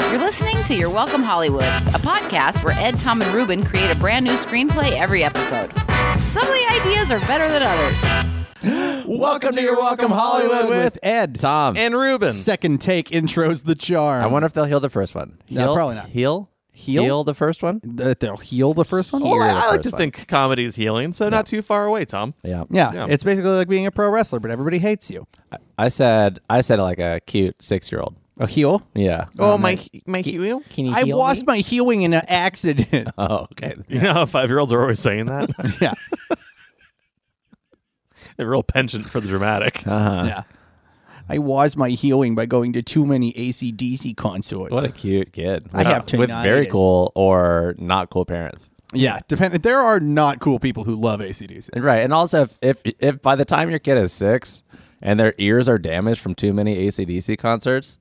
to Your Welcome Hollywood, a podcast where Ed, Tom, and Ruben create a brand new screenplay every episode. Some of the ideas are better than others. Welcome to your Welcome Hollywood with Ed, Tom. and Ruben. second take intros the charm. I wonder if they'll heal the first one. No, Heal- probably not. Heal, Heal? the first one. that they'll heal the first one. Heal. Well, You're the I, I like first to one. think comedy is healing, so not too far away, Tom. Yeah, Yeah, Yeah. it's basically like being a pro wrestler, but everybody hates you. I said, I said it like a cute six-year-old. A heel. Yeah. Oh, my, my Huey? Can you I heal lost me? my healing in an accident. Oh, okay. You know how five year olds are always saying that? yeah, They're real penchant for the dramatic. yeah. I was my healing by going to too many ACDC concerts. What a cute kid. I have with very tinnitus. cool or not cool parents. yeah, depend- there are not cool people who love ACDC. Right, and also if, if if by the time your kid is six and their ears are damaged from too many ACDC concerts,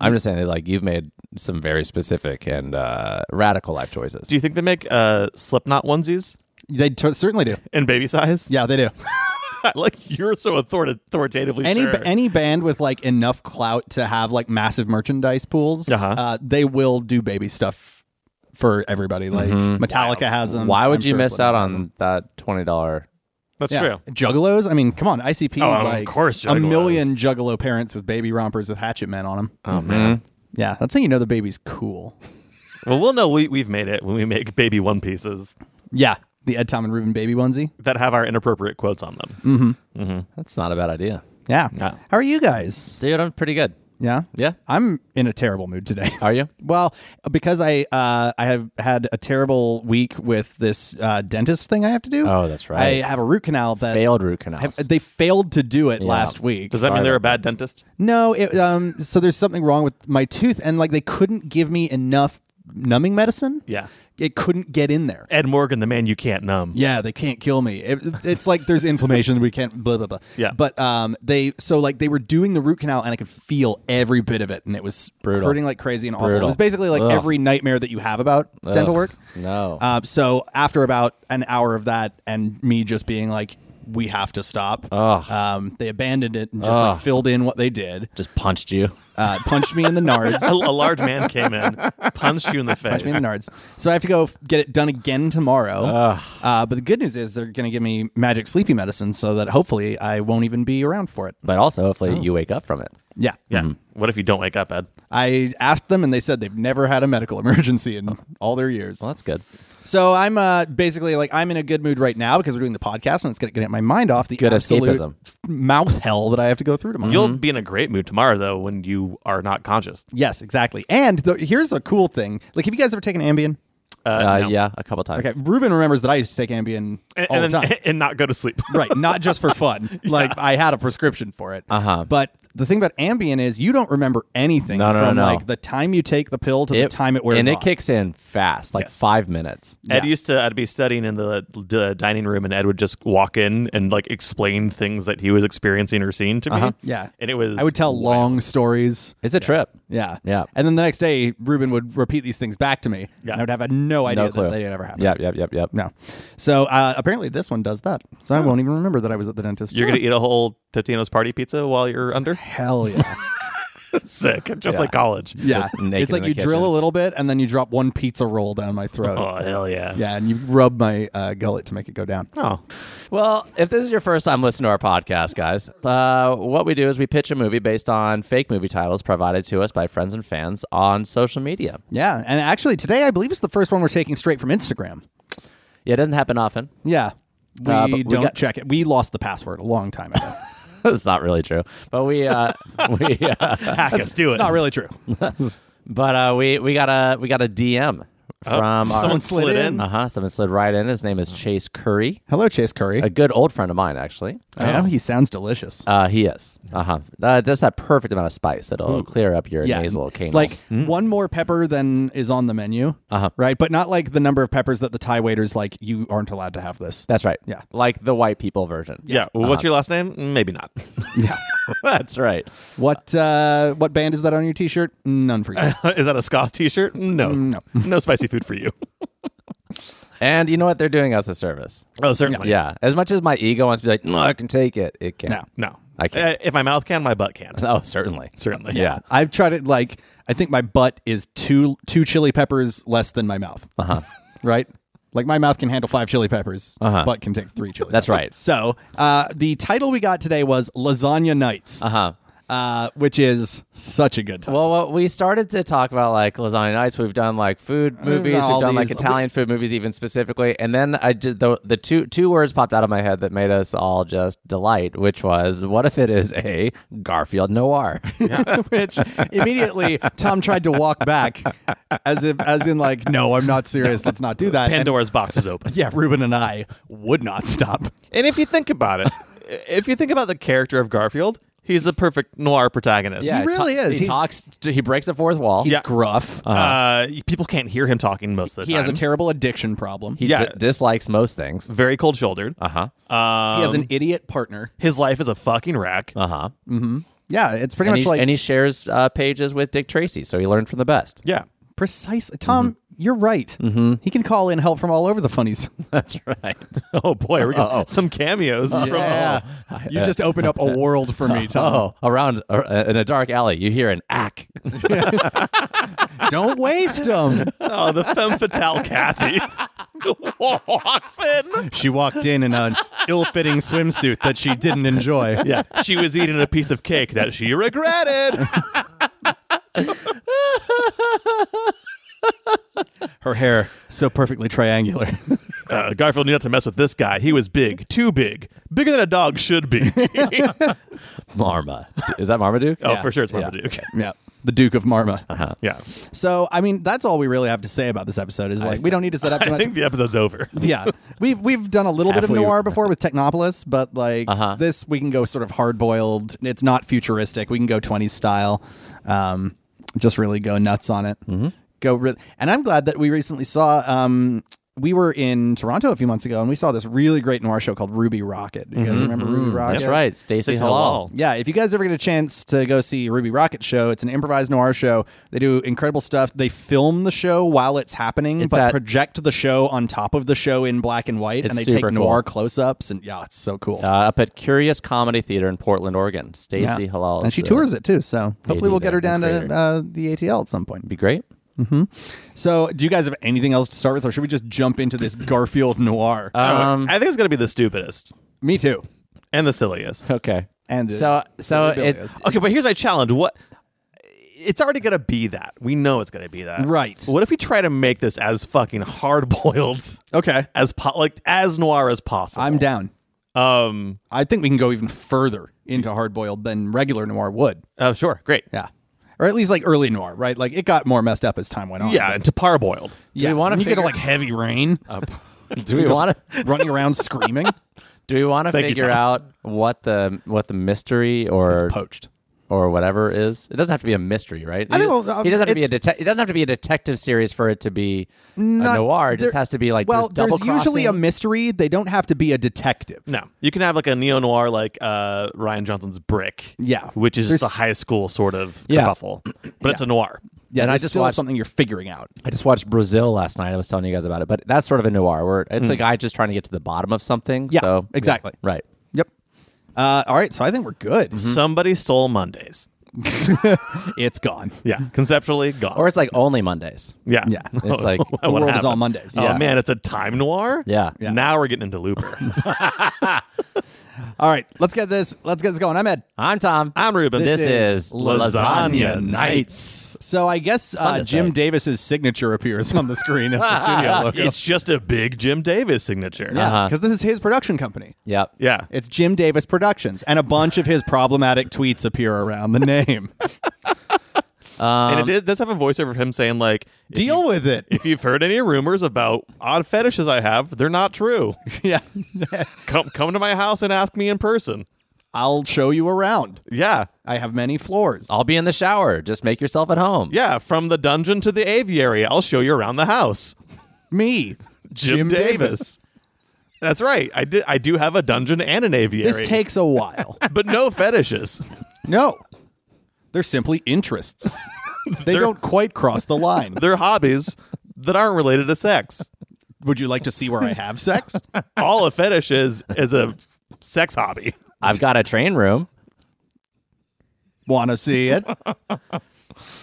I'm just saying that like you've made some very specific and uh, radical life choices. Do you think they make uh, Slipknot onesies They t- certainly do. in baby size? Yeah, they do. like you're so author- authoritatively any sure. any band with like enough clout to have like massive merchandise pools, Uh-huh. uh, they will do baby stuff for everybody. Like Mm-hmm. Metallica has them. Why would I'm you sure miss Slipknot out has them. on that twenty dollar? That's Yeah. true. Juggalos. I mean, come on, ICP. Oh, of like, course a Juggalos. million Juggalo parents with baby rompers with hatchet men on them. Oh, Mm-hmm. man. Yeah, that's how you know the baby's cool. Well, we'll know we, we've made it when we make baby one pieces Yeah, the Ed, Tom, and Ruben baby onesie. that have our inappropriate quotes on them. That's not a bad idea, Yeah. How are you guys? dude. I'm pretty good. Yeah. Yeah, I'm in a terrible mood today. are you? Well, because I uh, I have had a terrible week with this uh, dentist thing I have to do. Oh, that's right. I have a root canal that Failed root canals. have- they failed to do it last week. Does that Sorry mean they're a about bad dentist? No, it, um, so there's something wrong with my tooth, and like they couldn't give me enough numbing medicine. Yeah. It couldn't get in there. Ed Morgan, the man you can't numb. Yeah, they can't kill me. It, it's like there's inflammation. We can't blah blah blah. Yeah. But um, they so like they were doing the root canal, and I could feel every bit of it, and it was Brutal. hurting like crazy and awful. It Brutal. was basically like Ugh. every nightmare that you have about dental Ugh, work. No. Uh, so after about an hour of that, and me just being like, "We have to stop," Ugh. um, they abandoned it and just like Ugh. filled in what they did. just punched you. Uh, punched me in the nards. A, a large man came in, punched you in the face. Punch me in the nards. So I have to go f- get it done again tomorrow. Uh, but the good news is they're going to give me magic sleepy medicine so that hopefully I won't even be around for it. But also, hopefully, you wake up from it. Yeah. yeah. What if you don't wake up, Ed? I asked them and they said they've never had a medical emergency in all their years. Well, that's good. so I'm uh, basically like, I'm in a good mood right now because we're doing the podcast and it's going to get my mind off the Good absolute escapism. mouth hell that I have to go through tomorrow. You'll be in a great mood tomorrow, though, when you are not conscious. yes, exactly. And the, here's a cool thing. Like, have you guys ever taken Ambien? Uh, Uh, no. Yeah, a couple times. Okay, Ruben remembers that I used to take Ambien And, all and, the then, time. and not go to sleep. right not just for fun like i had a prescription for it Uh-huh. but the thing about ambien is you don't remember anything No, no, from no, no. like the time you take the pill to the time it wears and off. it kicks in fast, like Yes. five minutes. Ed used to. I'd be studying in the, the dining room, and Ed would just walk in and like explain things that he was experiencing or seeing to me. Uh-huh. yeah and it was. i would tell long stories It's a trip. yeah Yeah. and then the next day ruben would repeat these things back to me and Yeah. i would have had no idea No clue. that they had ever happened Yep, yep, yep, yep. no so uh, apparently this one does that so i won't even remember that i was at the dentist You're gonna eat a whole Totino's party pizza while you're under. hell yeah Sick, just Yeah. like college. yeah Just naked it's like in the you drill a kitchen. little bit and then you drop one pizza roll down my throat Oh hell yeah. yeah and you rub my uh, gullet to make it go down Oh, Well, if this is your first time listening to our podcast, guys, uh, what we do is we pitch a movie based on fake movie titles provided to us by friends and fans on social media. Yeah, and actually today I believe it's the first one we're taking straight from Instagram. Yeah, it doesn't happen often. Yeah. We Uh, but we don't got- check it. We lost the password a long time ago. it's not really true, but we, uh, we, uh, hack us, do it. Not really true. but uh, we we got a we got a DM from Someone slid in. Uh huh. Someone slid right in. His name is Chase Curry, Hello, Chase Curry. a good old friend of mine, actually. Oh, Yeah, he sounds delicious. Uh, he is. Uh-huh. Uh Just that perfect amount of spice that'll clear up your yeah, nasal canal. like one more pepper than is on the menu, uh-huh. right? But not like the number of peppers that the Thai waiters like. You aren't allowed to have this. that's right. Yeah. Like the white people version. Yeah. Well, Uh-huh. What's your last name? Maybe not. that's right. What uh, what band is that on your T-shirt? None for you. Is that a scoff T-shirt? No. No. No spicy food for you. And you know what? They're doing us a service. Oh, certainly. Yeah. As much as my ego wants to be like, no, I can take it. It can't. No. No. I can't. Uh, if my mouth can, my butt can. Oh, certainly. Certainly. Yeah. I've tried it like I think my butt is two two chili peppers less than my mouth. Uh huh. right. Like my mouth can handle five chili peppers, uh-huh. butt can take three chili. That's peppers. right. So uh, the title we got today was Lasagna Nights, Uh huh. uh, which is such a good title. Well, what we started to talk about like lasagna nights. We've done like food movies. We've all done like these- Italian food movies, even specifically. And then I did the the two two words popped out of my head that made us all just delight, which was, what if it is a Garfield noir? which immediately Tom tried to walk back, as if as in like, no, I'm not serious. Let's not do that. And- Pandora's box is open. yeah, Ruben and I would not stop. And if you think about it, if you think about the character of Garfield, he's the perfect noir protagonist. Yeah, He really ta- is. He He's- talks. He breaks the fourth wall. He's Yeah. gruff. Uh, people can't hear him talking most of the he time. has a terrible addiction problem. He He, Yeah. d- dislikes most things. very cold shouldered. Uh huh. Um, has an idiot partner. his life is a fucking wreck. Uh huh. Yeah, it's pretty And, much he- like and he shares uh, pages with Dick Tracy, so he learned from the best. yeah. precisely. Tom, you're right. He can call in help from all over the funnies. That's right. Oh boy, we got some cameos from yeah, you just opened up a world for me, Tom. Oh, around uh, in a dark alley, you hear an ack. Don't waste them. oh, the femme fatale Kathy walks in. She walked in in an ill-fitting swimsuit that she didn't enjoy. Yeah, she was eating a piece of cake that she regretted. Her hair so perfectly triangular. Uh, Garfield knew not to mess with this guy. He was big, too big, bigger than a dog should be. Marma. Is that Marmaduke? Oh, Yeah. for sure, it's Yeah. Marmaduke. yeah, the Duke of Marma. Yeah, So, I mean, that's all we really have to say about this episode. Is like we don't need to set up too I much. think the episode's over. yeah, we've we've done a little bit of Halfway- noir before with Technopolis, but like Uh-huh. this, we can go sort of hard boiled. It's not futuristic. We can go 20s style. Um, just really go nuts on it. Mm-hmm. Go re- and I'm glad that we recently saw. Um, we were in Toronto a few months ago, and we saw this really great noir show called Ruby Rocket. You guys remember Ruby Rocket? Mm-hmm. That's right. Stacy Stacey Halal. Halal. Yeah, if you guys ever get a chance to go see Ruby Rocket Show, it's an improvised noir show. They do incredible stuff. They film the show while it's happening, It's but at- project the show on top of the show in black and white, It's and they super take noir cool. close-ups, and yeah, it's so cool. Uh, up at Curious Comedy Theater in Portland, Oregon. Yeah. Stacy Halal. and is she the- tours it too. So hopefully do we'll get that her down and to uh, the ATL at some point. Be great. So, do you guys have anything else to start with, or should we just jump into this Garfield noir? Um, I think it's gonna be the stupidest Me too. and the silliest. okay. And so so Billy it, is. Okay, but here's my challenge. What? It's already gonna be that. We know it's gonna be that. Right. What if we try to make this as fucking hard boiled Okay, as po- like as noir as possible? I'm down. Um. I think we can go even further into hard-boiled than regular noir would. Oh, sure. Great. Yeah. Or at least like early noir, right? Like it got more messed up as time went on. Yeah, But- and to parboiled. yeah. we wanna When you get figure- like heavy rain, do we want to running around screaming, do we want to Thank you, figure Tom. out what the what the mystery or poached. or whatever is? It doesn't have to be a mystery, right? I He- think, well, uh, he doesn't have to be a it's- detec- it doesn't have to be a detective series for it to be Not- a noir. It just there- has to be like well, this double there's usually a crossing. mystery. They don't have to be a detective. No, you can have like a neo noir like uh, Ryan Johnson's Brick. Yeah. which is just There's- a high school sort of Yeah. kerfuffle, but it's a noir. Yeah, And I there's just still watched- something you're figuring out. I just watched Brazil last night. I was telling you guys about it, but that's sort of a noir where it's a guy just trying to get to the bottom of something. Hmm. Yeah, so, exactly. Right. Yep. Uh, all right, so I think we're good. Mm-hmm. Somebody stole Mondays. It's gone. Yeah, conceptually gone. Or it's like only Mondays. yeah, Yeah. It's like The world is happened? all Mondays. Oh Yeah. man, it's a time noir. Yeah. Yeah. Now we're getting into Looper. All right, let's get this. Let's get this going. I'm Ed. I'm Tom. I'm Ruben. This is Lasagna Nights. So I guess uh, to Jim say. Davis's signature appears on the screen as the studio logo. It's just a big Jim Davis signature. Ah, Yeah, Uh-huh. because this is his production company. Yep. Yeah. It's Jim Davis Productions, and a bunch of his problematic tweets appear around the name. and it is, does have a voiceover of him saying like, if, Deal with it. if you've heard any rumors about odd fetishes I have, they're not true. yeah. come come to my house and ask me in person. I'll show you around. Yeah. I have many floors. I'll be in the shower. Just make yourself at home. Yeah, from the dungeon to the aviary, I'll show you around the house. Me, Jim, Davis. That's right. I did I do have a dungeon and an aviary. This takes a while. but no fetishes. No. They're simply interests. They don't quite cross the line. They're hobbies that aren't related to sex. would you like to see where I have sex? All a fetish is is a sex hobby. I've got a train room. Want to see it?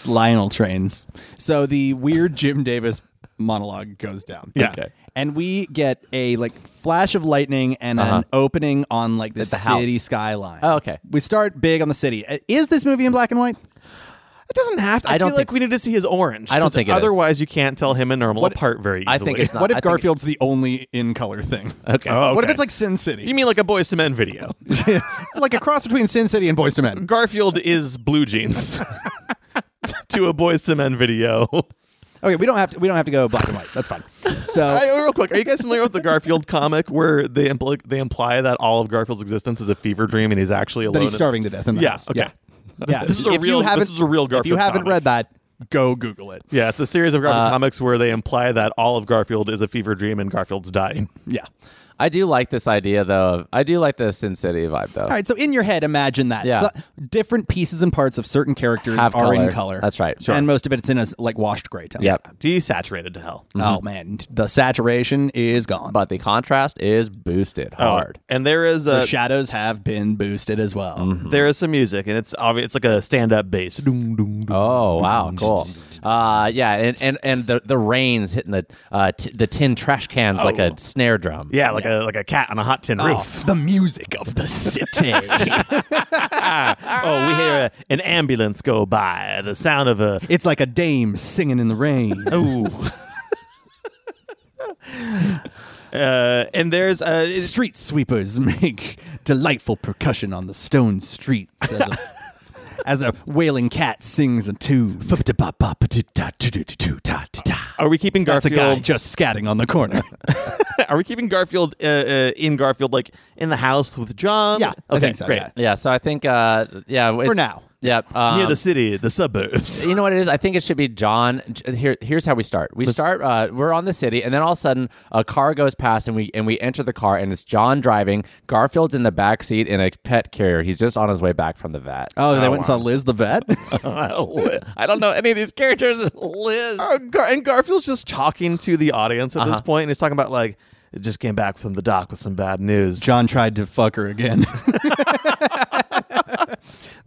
Lionel trains. So the weird Jim Davis monologue goes down. Yeah. Okay. And we get a like flash of lightning and an opening on like the, the house. city skyline. Oh, okay. We start big on the city. Uh, Is this movie in black and white? It doesn't have to. I, I don't feel like think we need to see his orange. I don't 'cause think it is. otherwise you can't tell him and normal What- apart very easily. I think it's not. what if I think- Garfield's the only in color thing? Okay. Oh, What if okay. it's like Sin City? You mean like a Boys to Men video? like a cross between Sin City and Boys to Men? Garfield is blue jeans to a Boys to Men video. Okay, we don't have to. We don't have to go black and white. That's fine. So I, oh, real quick, are you guys familiar with the Garfield comic where they impl- they imply that all of Garfield's existence is a fever dream and he's actually alone? that he's It's- starting to death in the Yeah, house. okay. yeah. this is a If you real- this haven't- is a real If you Garfield haven't comic. read that, go Google it. Yeah, it's a series of Garfield comics where they imply that all of Garfield is a fever dream and Garfield's dying. Yeah. I do like this idea though. Of, I do like the Sin City vibe though. All Oh, right. So in your head, imagine that. Yeah. So, different pieces and parts of certain characters Have are in color. color. That's right. Sure. And most of it's in a like washed gray tone. Yep. Mm-hmm. Desaturated to hell. Oh man, the saturation is gone. But the contrast is boosted Oh. hard. And there is the a shadows have been boosted as well. Mm-hmm. there is some music and it's obvious it's like a stand up bass. Doom, doom, doom. Oh wow, cool. Uh, yeah, and and, and the, the rains hitting the uh, t- the tin trash cans like a snare drum. Oh. Yeah, like a like a cat on a hot tin Oh, roof. the music of the city. Oh, we hear a, an ambulance go by. The sound of a it's like a dame singing in the rain. ooh. Uh, and there's a Street sweepers make delightful percussion on the stone streets as a, as a wailing cat sings a tune. Are we keeping That's a guy Garfield? just scatting on the corner. Are we keeping Garfield uh, uh, in Garfield, like in the house with John? Yeah, I okay, think so, great. yeah. Yeah, so I think uh, yeah it's- now. Yeah, um, Near the city, the suburbs. you know what it is? I think it should be John. J- Here, here's how we start. We start. Uh, we're on the city, and then all of a sudden, a car goes past, and we and we enter the car, and it's John driving. Garfield's in the back seat in a pet carrier. He's just on his way back from the vet. Oh, they went and saw Liz the vet. Oh, I don't know any of these characters. Liz. Uh, Gar- and Garfield's just talking to the audience at this point, and he's talking about like "I just came back from the dock with some bad news. John tried to fuck her again.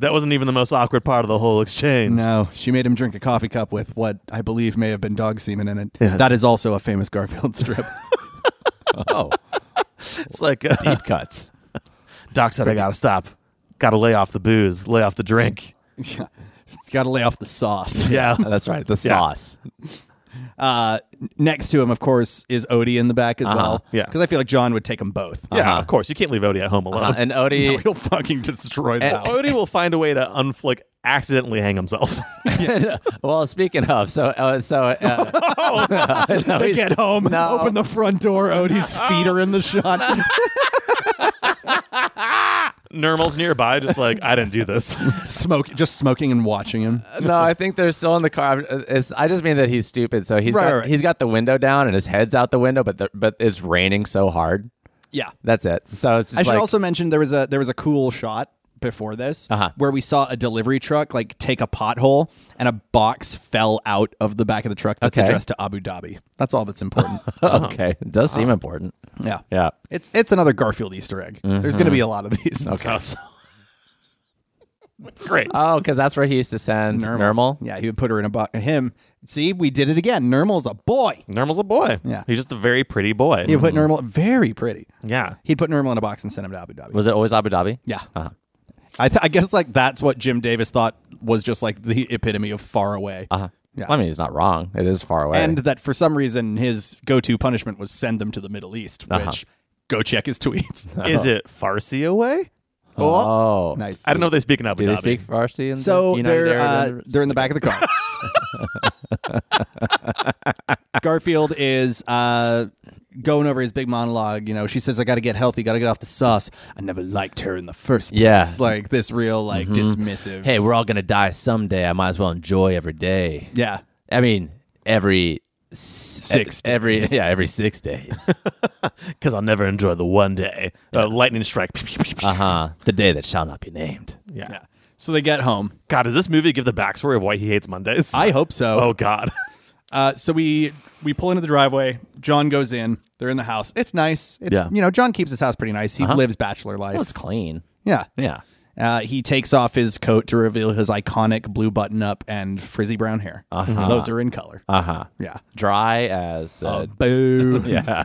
That wasn't even the most awkward part of the whole exchange. no, she made him drink a coffee cup with what I believe may have been dog semen in it. That is also a famous Garfield strip. Oh, It's like uh, deep cuts. Doc said, "I gotta stop, gotta lay off the booze, lay off the drink." Got to lay off the sauce. Yeah, That's right. The sauce. Uh, next to him, of course, is Odie in the back as well. Yeah. because I feel like John would take them both. yeah. Of course, you can't leave Odie at home alone. Uh, and Odie. he'll fucking destroy that. Odie will find a way to unflick, accidentally hang himself. well, speaking of, so uh, so uh, no, They he's- get home, No. open the front door. Odie's feet are in the shot. Nermal's nearby, just like I didn't do this. Smoke, just smoking and watching him. no, I think they're still in the car. Uh, It's, I just mean that he's stupid. So he's Right, got, right, right. he's got the window down and his head's out the window, but the, but it's raining so hard. Yeah, That's it. So it's just I should like, also mention there was a there was a cool shot before this Uh-huh. where we saw a delivery truck like take a pothole and a box fell out of the back of the truck that's Okay. addressed to Abu Dhabi. That's all that's important. okay, it does Uh-huh. seem important. yeah. Mm-hmm. Yeah. It's it's another Garfield Easter egg. There's going to be a lot of these. Great. Oh, because that's where he used to send Normal. Yeah, he would put her in a box. Him. See, we did it again. Normal's a boy. Normal's a boy. Yeah. He's just a very pretty boy. He would put Normal very pretty. yeah. He'd put Normal in a box and send him to Abu Dhabi. Was Uh-huh. it always Abu Dhabi? Yeah. I, th- I guess like that's what Jim Davis thought was just like the epitome of far away. Uh-huh. Yeah. I mean, he's not wrong. It is far away. And that for some reason his go-to punishment was send them to the Middle East, Uh-huh. which go check his tweets. Is it Farsi away? oh, nice. I don't know if they speak in Abu Do they Dhabi. speak Farsi? In So the United they're Arab uh, Emirates? they're in the back of the car. Garfield is uh, going over his big monologue. You know, she says, "I got to get healthy. Got to get off the sauce." I never liked her in the first place. Yeah. Mm-hmm. like this real like dismissive. Hey, we're all gonna die someday. I might as well enjoy every day. yeah, I mean, every s- Six e- every yeah, every six days. Because I'll never enjoy the one day. Uh, lightning strike. uh huh. The day that shall not be named. yeah. yeah. So they get home. God, does this movie give the backstory of why he hates Mondays? I hope so. oh, God. Uh, so we we pull into the driveway. John goes in. They're in the house. It's nice. It's Yeah. you know John keeps his house pretty nice. He lives bachelor life. Uh-huh. Well, it's clean. yeah. Yeah. Uh, he takes off his coat to reveal his iconic blue button up and frizzy brown hair. Uh-huh. Those are in color. Uh huh. Yeah. Dry as the. Uh, boo. yeah.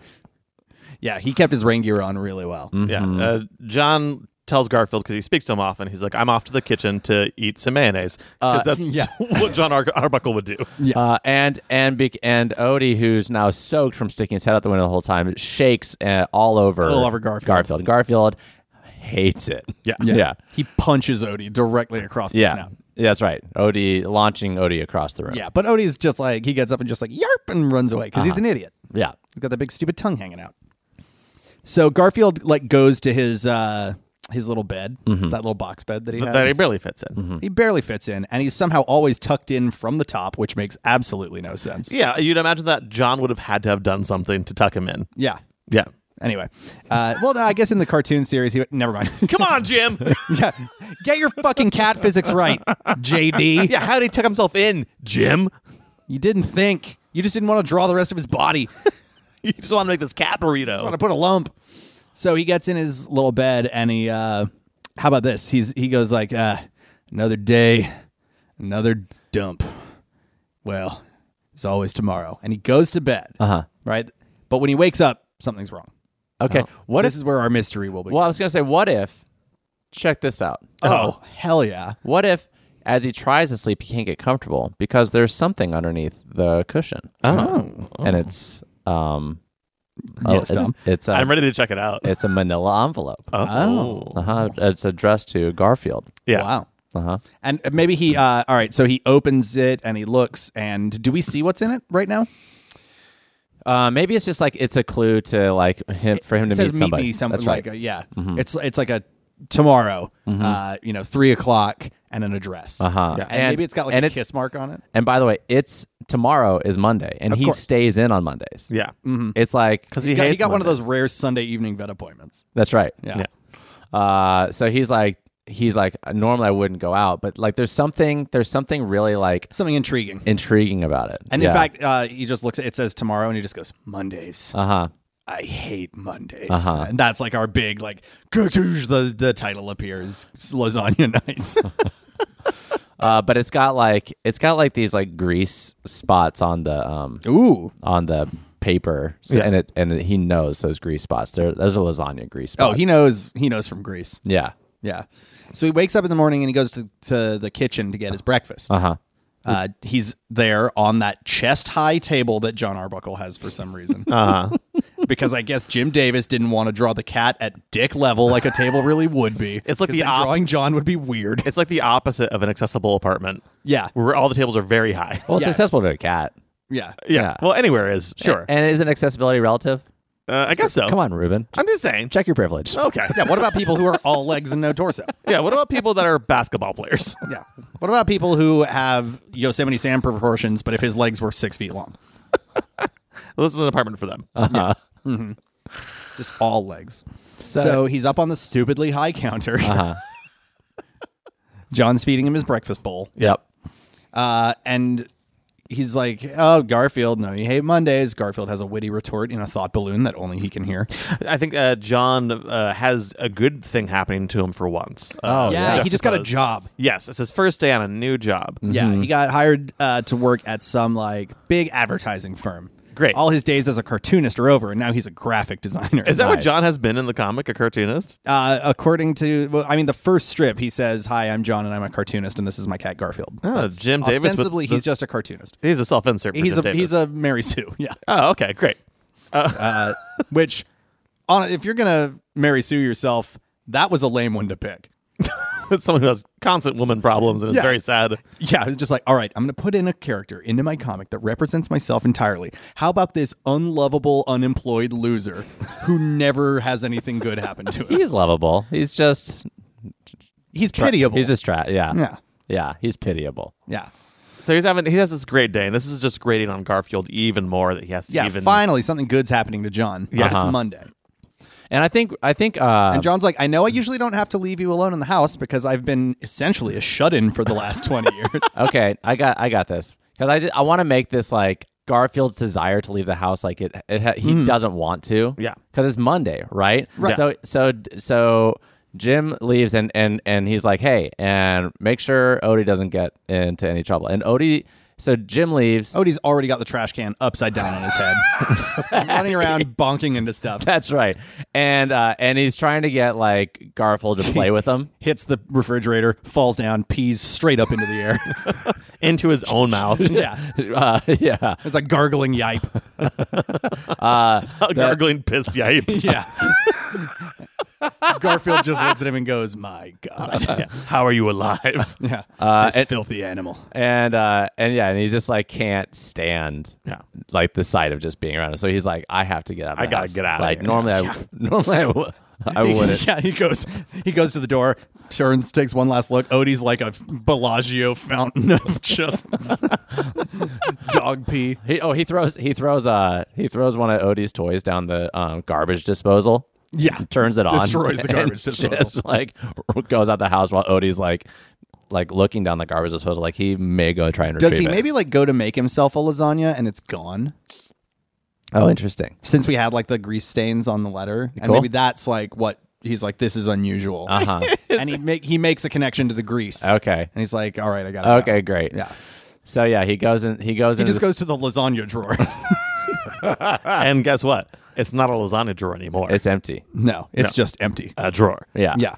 Yeah, he kept his rain gear on really well. Mm-hmm. Yeah. Uh, John tells Garfield because he speaks to him often. He's like, "I'm off to the kitchen to eat some mayonnaise." 'Cause that's yeah. what John Ar- Arbuckle would do. Yeah. Uh, and and Bec- and Odie, who's now soaked from sticking his head out the window the whole time, shakes uh, all over All over Garfield. Garfield. And Garfield hates it. Yeah. yeah, yeah. He punches Odie directly across the snap. Yeah, that's right. Odie launching Odie across the room. Yeah, but Odie's just like he gets up and just like yarp and runs away because Uh-huh. he's an idiot. yeah. He's got that big stupid tongue hanging out. So Garfield like goes to his uh his little bed, that little box bed that he has. Mm-hmm. That he barely fits in. he barely fits in, and he's somehow always tucked in from the top, which makes absolutely no sense. Yeah, you'd imagine that John would have had to have done something to tuck him in. Yeah. Yeah. Anyway, uh, well, no, I guess in the cartoon series, he never mind. Come on, Jim. yeah, get your fucking cat physics right, JD. yeah, how did he tuck himself in, Jim? You didn't think. You just didn't want to draw the rest of his body. You just want to make this cat burrito. want to put a lump. So he gets in his little bed and he uh how about this? He's he goes like uh another day, another dump. Well, it's always tomorrow. And he goes to bed. Uh-huh. Right? But when he wakes up, something's wrong. Okay. What this if? is where our mystery will be. Well, I was gonna say, what if? Check this out. oh, hell yeah. What if, as he tries to sleep, he can't get comfortable because there's something underneath the cushion, Oh. and it's um, oh, Yes, it's, Tom. it's a, I'm ready to check it out. it's a Manila envelope. Oh. Uh huh. It's addressed to Garfield. yeah. Wow. Uh huh. And maybe he uh all right, so he opens it and he looks and do we see what's in it right now? Uh, maybe it's just like it's a clue to like him for him to it says meet somebody. me something That's like right. Mm-hmm. a, yeah. It's it's like a tomorrow, uh, you know, three o'clock and an address. Uh-huh. And, And- maybe it's got like and a it- kiss mark on it. and by the way, it's tomorrow is Monday, and uh, he course. stays in on Mondays. Yeah. It's like Because he, He got, he hates got one of Mondays. those rare Sunday evening vet appointments. that's right. Yeah. Yeah. Uh, so he's like he's like normally I wouldn't go out, but like there's something there's something really like Something intriguing. intriguing about it. And in fact, uh, he just looks at it says tomorrow and he just goes, Mondays. uh huh. I hate Mondays. Uh-huh. And that's like our big like cartouche the the title appears. It's lasagna nights. Uh, but it's got like it's got like these like grease spots on the um Ooh. on the paper, so, and it and he knows those grease spots. They're, those are lasagna grease Oh, spots. he knows he knows from Greece. Yeah. Yeah. So he wakes up in the morning and he goes to, to the kitchen to get his breakfast. Uh huh. Uh, he's there on that chest high table that John Arbuckle has for some reason. Uh-huh. because I guess Jim Davis didn't want to draw the cat at dick level like a table really would be. It's like 'Cause the then op- drawing John would be weird. It's like the opposite of an accessible apartment. Yeah. Where all the tables are very high. Well, it's Yeah. accessible to a cat. Yeah. yeah. yeah. Well, anywhere is sure. And isn't accessibility relative? uh, I guess Oh. so. Come on, Ruben. I'm just saying. Check your privilege. Okay. Yeah. What about people who are all legs and no torso? yeah. What about people that are basketball players? Yeah. What about people who have Yosemite Sam proportions, but if his legs were six feet long? this is an apartment for them. Just all legs. So, he's up on the stupidly high counter. Uh-huh. John's feeding him his breakfast bowl. Yep. Uh, and he's like, "Oh, Garfield, no, you hate Mondays." Garfield has a witty retort in a thought balloon that only he can hear. I think uh, John uh, has a good thing happening to him for once. Uh, Oh, yeah, to he just got a juxtapose. job. Yes, it's his first day on a new job. Yeah, he got hired uh, to work at some like big advertising firm. Great. All his days as a cartoonist are over, and now he's a graphic designer. Is that what Nice. John has been in the comic, a cartoonist? uh, according to? Well, I mean, the first strip, he says, "Hi, I'm John, and I'm a cartoonist, and this is my cat Garfield." Oh, That's- Jim Davis with Ostensibly, the- he's just a cartoonist. He's a self insert. He's Jim a Davis. he's a Mary Sue. Yeah. Oh, okay, great. uh, which on if you're gonna marry Sue yourself, that was a lame one to pick. That's someone who has constant woman problems and is Yeah. very sad. Yeah, I was just like, all right, I'm gonna put in a character into my comic that represents myself entirely. How about this unlovable, unemployed loser who never has anything good happen to him? He's lovable. He's just He's pitiable. he's just tra- yeah. Yeah. Yeah, he's pitiable. yeah, So he's having he has this great day, and this is just grating on Garfield even more that he has to yeah. even Finally, something good's happening to John. Yeah, it's Uh-huh. Monday, And I think I think uh and John's like, I know I usually don't have to leave you alone in the house because I've been essentially a shut-in for the last twenty years. okay, I got I got this. Cuz I, ju- I want to make this like Garfield's desire to leave the house, like it, it ha- he doesn't want to. Mm-hmm. Yeah. because it's Monday, right? Right. So so so Jim leaves and and and he's like, hey, and make sure Odie doesn't get into any trouble. And Odie, so Jim Oh. leaves. Odie's already got the trash can upside down on his head, running around bonking into stuff. That's right. And uh, and he's trying to get like Garfield to play with him. Hits the refrigerator, falls down, pees straight up into the air. into his own mouth. yeah, Uh, yeah. it's like gargling yipe. A gargling piss yipe. Yeah. Garfield just looks at him and goes, "My God, Yeah. How are you alive? yeah, this it- filthy animal." and uh and yeah and he just like can't stand Yeah. like the sight of just being around it so he's like i have to get out of I the gotta house. get out of like here. normally i normally i, w- I wouldn't Yeah, he goes. He goes to the door, turns, takes one last look. Odie's like a Bellagio fountain of just dog pee. he, oh he throws he throws uh he throws one of odie's toys down the um, garbage disposal Yeah. turns it on Destroys the and garbage disposal. just like goes out the house while odie's like like looking down the garbage disposal like he may go try and Does retrieve he it. maybe like go to make himself a lasagna and it's gone? oh interesting Since we had like the grease stains on the letter, and Cool. maybe that's like what he's like. This is unusual, uh-huh and he make he makes a connection to the grease. okay and he's like, "All right, I got it." now." okay great yeah. so yeah he goes in he goes He into just goes to the lasagna drawer. Ah. and guess what? It's not a lasagna drawer anymore. the, it's empty no, it's just empty. a drawer. yeah yeah,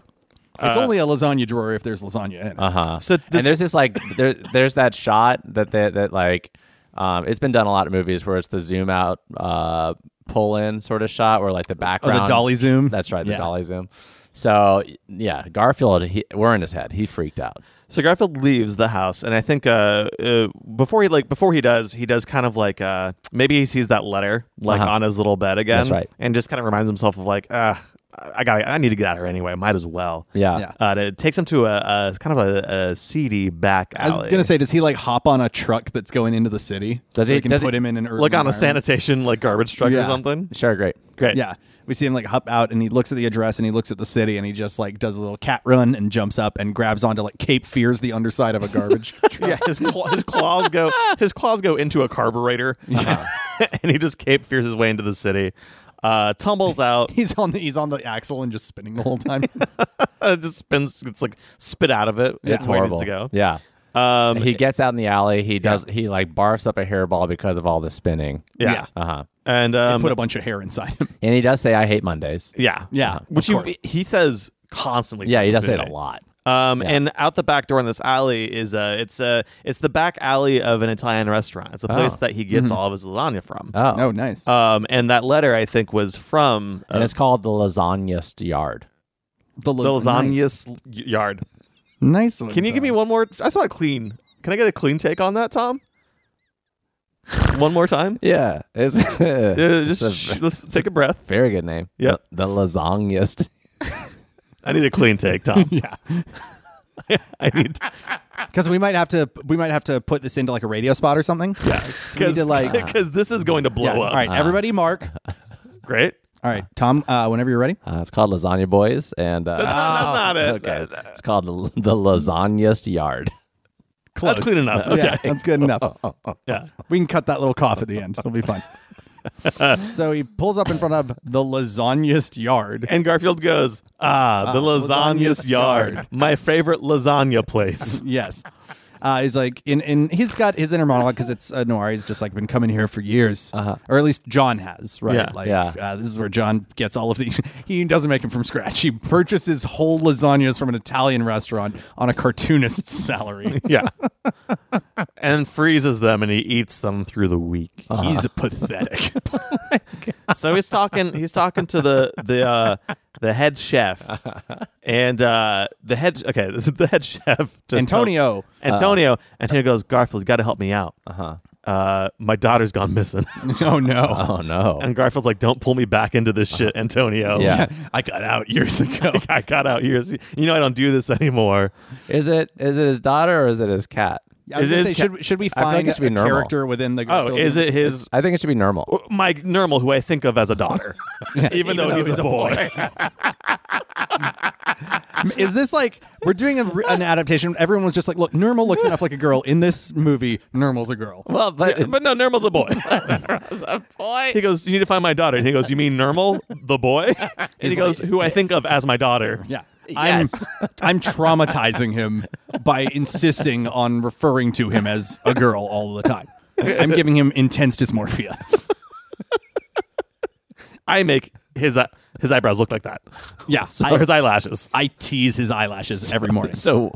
it's only a lasagna drawer if there's lasagna in it. Uh-huh. So this- and there's this like there there's that shot that they, that like um it's been done a lot of movies where it's the zoom out uh pull in sort of shot where like the background dolly zoom? That's right, the Yeah. dolly zoom. So yeah, Garfield he, we're in his head. He freaked out. So Garfield leaves the house, and I think uh, uh, before he like before he does, he does kind of like uh, maybe he sees that letter like Uh-huh. on his little bed again, That's right. and just kind of reminds himself of like, ah, I got, I need to get out of here anyway. Might as well. Yeah. Yeah. Uh, and it takes him to a, a kind of a, a seedy back I alley. was gonna say, does he like hop on a truck that's going into the city? Does so he- We can does put he- him in an urban look on a environment? sanitation like garbage truck or Yeah. something. Sure, great. Great. Yeah, we see him like hop out, and he looks at the address, and he looks at the city, and he just like does a little cat run and jumps up and grabs onto like Cape Fear's the underside of a garbage. truck. Yeah, his claw, his claws go his claws go into a carburetor, Uh-huh. and he just cape fears his way into the city. Uh, tumbles out, He's on the he's on the axle and just spinning the whole time. Uh, just spins. It's like spit out of it. It's the way it horrible. needs to go. Yeah. Um, He gets out in the alley. He does. He like barfs up a hairball because of all the spinning. yeah. yeah. Uh huh. And um, Put a bunch of hair inside him. And he does say, "I hate Mondays." yeah, Uh-huh. Yeah, which of you, course. he says constantly. Yeah, he throughout does this say it a movie. lot. Um, Yeah. and out the back door in this alley is uh, it's uh, it's the back alley of an Italian restaurant. It's a place Oh. that he gets all of his lasagna from. Oh, Oh, nice. Um, and that letter I think was from and uh, it's called the Lasagnaist Yard. the the las- lasagna's y- yard. Nice. one, Can you give me Tom. one more? I just want a clean. Can I get a clean take on that, Tom? one more time. Yeah, it's, Yeah, just It's sh- a let's take a breath. very good name. Yep. the, the lasagnaist. I need a clean take, Tom. Yeah. I need Because we might have to we might have to put this into like a radio spot or something. Yeah. So we need to like because this is going to blow Yeah. up. All right, everybody, mark. great. All right, Tom. Uh, whenever you're ready. Uh, it's called Lasagna Boys, and uh, Oh, That's, not, that's not it. okay, it's called the, the Lasagnaist Yard. That's clean enough. Okay. Yeah, that's good enough. Yeah. We can cut that little cough at the end. It'll be fun. so he pulls up in front of the lasagnaist yard. And Garfield goes, ah, the lasagna's, lasagna's yard, yard. my favorite lasagna place. Yes. Uh, he's like, in, in he's got his inner monologue because it's a noir. He's just like been coming here for years, or at least John has, right? Yeah. like, Uh-huh. Yeah. Uh, this is where John gets all of the. He doesn't make them from scratch. He purchases whole lasagnas from an Italian restaurant on a cartoonist's salary. yeah. and freezes them and he eats them through the week. Uh-huh. He's pathetic. so he's talking he's talking to the the uh the head chef and uh the head okay this is the head chef just tells- Antonio. antonio antonio goes garfield you gotta help me out uh-huh uh my daughter's gone missing oh no. Oh no! and garfield's like don't pull me back into this shit antonio Yeah. I got out years ago. i got out years you know i don't do this anymore Is it is it his daughter or is it his cat? I was Is it gonna his say, ca- should, should we I feel like find it should be a normal. character within the? oh Garfield is it his I think it should be normal. Mike Nermal, who I think of as a daughter, even, though, he's, a boy. Is this like we're doing a, an adaptation? Everyone was just like, "Look, Normal looks enough like a girl in this movie. Normal's a girl." Well, but but no, Nermal's a boy. He goes, "You need to find my daughter." And he goes, "You mean Nermal, the boy?" And he goes, "Who I think of as my daughter." Yeah. I'm I'm traumatizing him by insisting on referring to him as a girl all the time. I'm giving him intense dysmorphia. I make his uh, his eyebrows look like that, Yeah. or I, his eyelashes. I tease his eyelashes every morning. so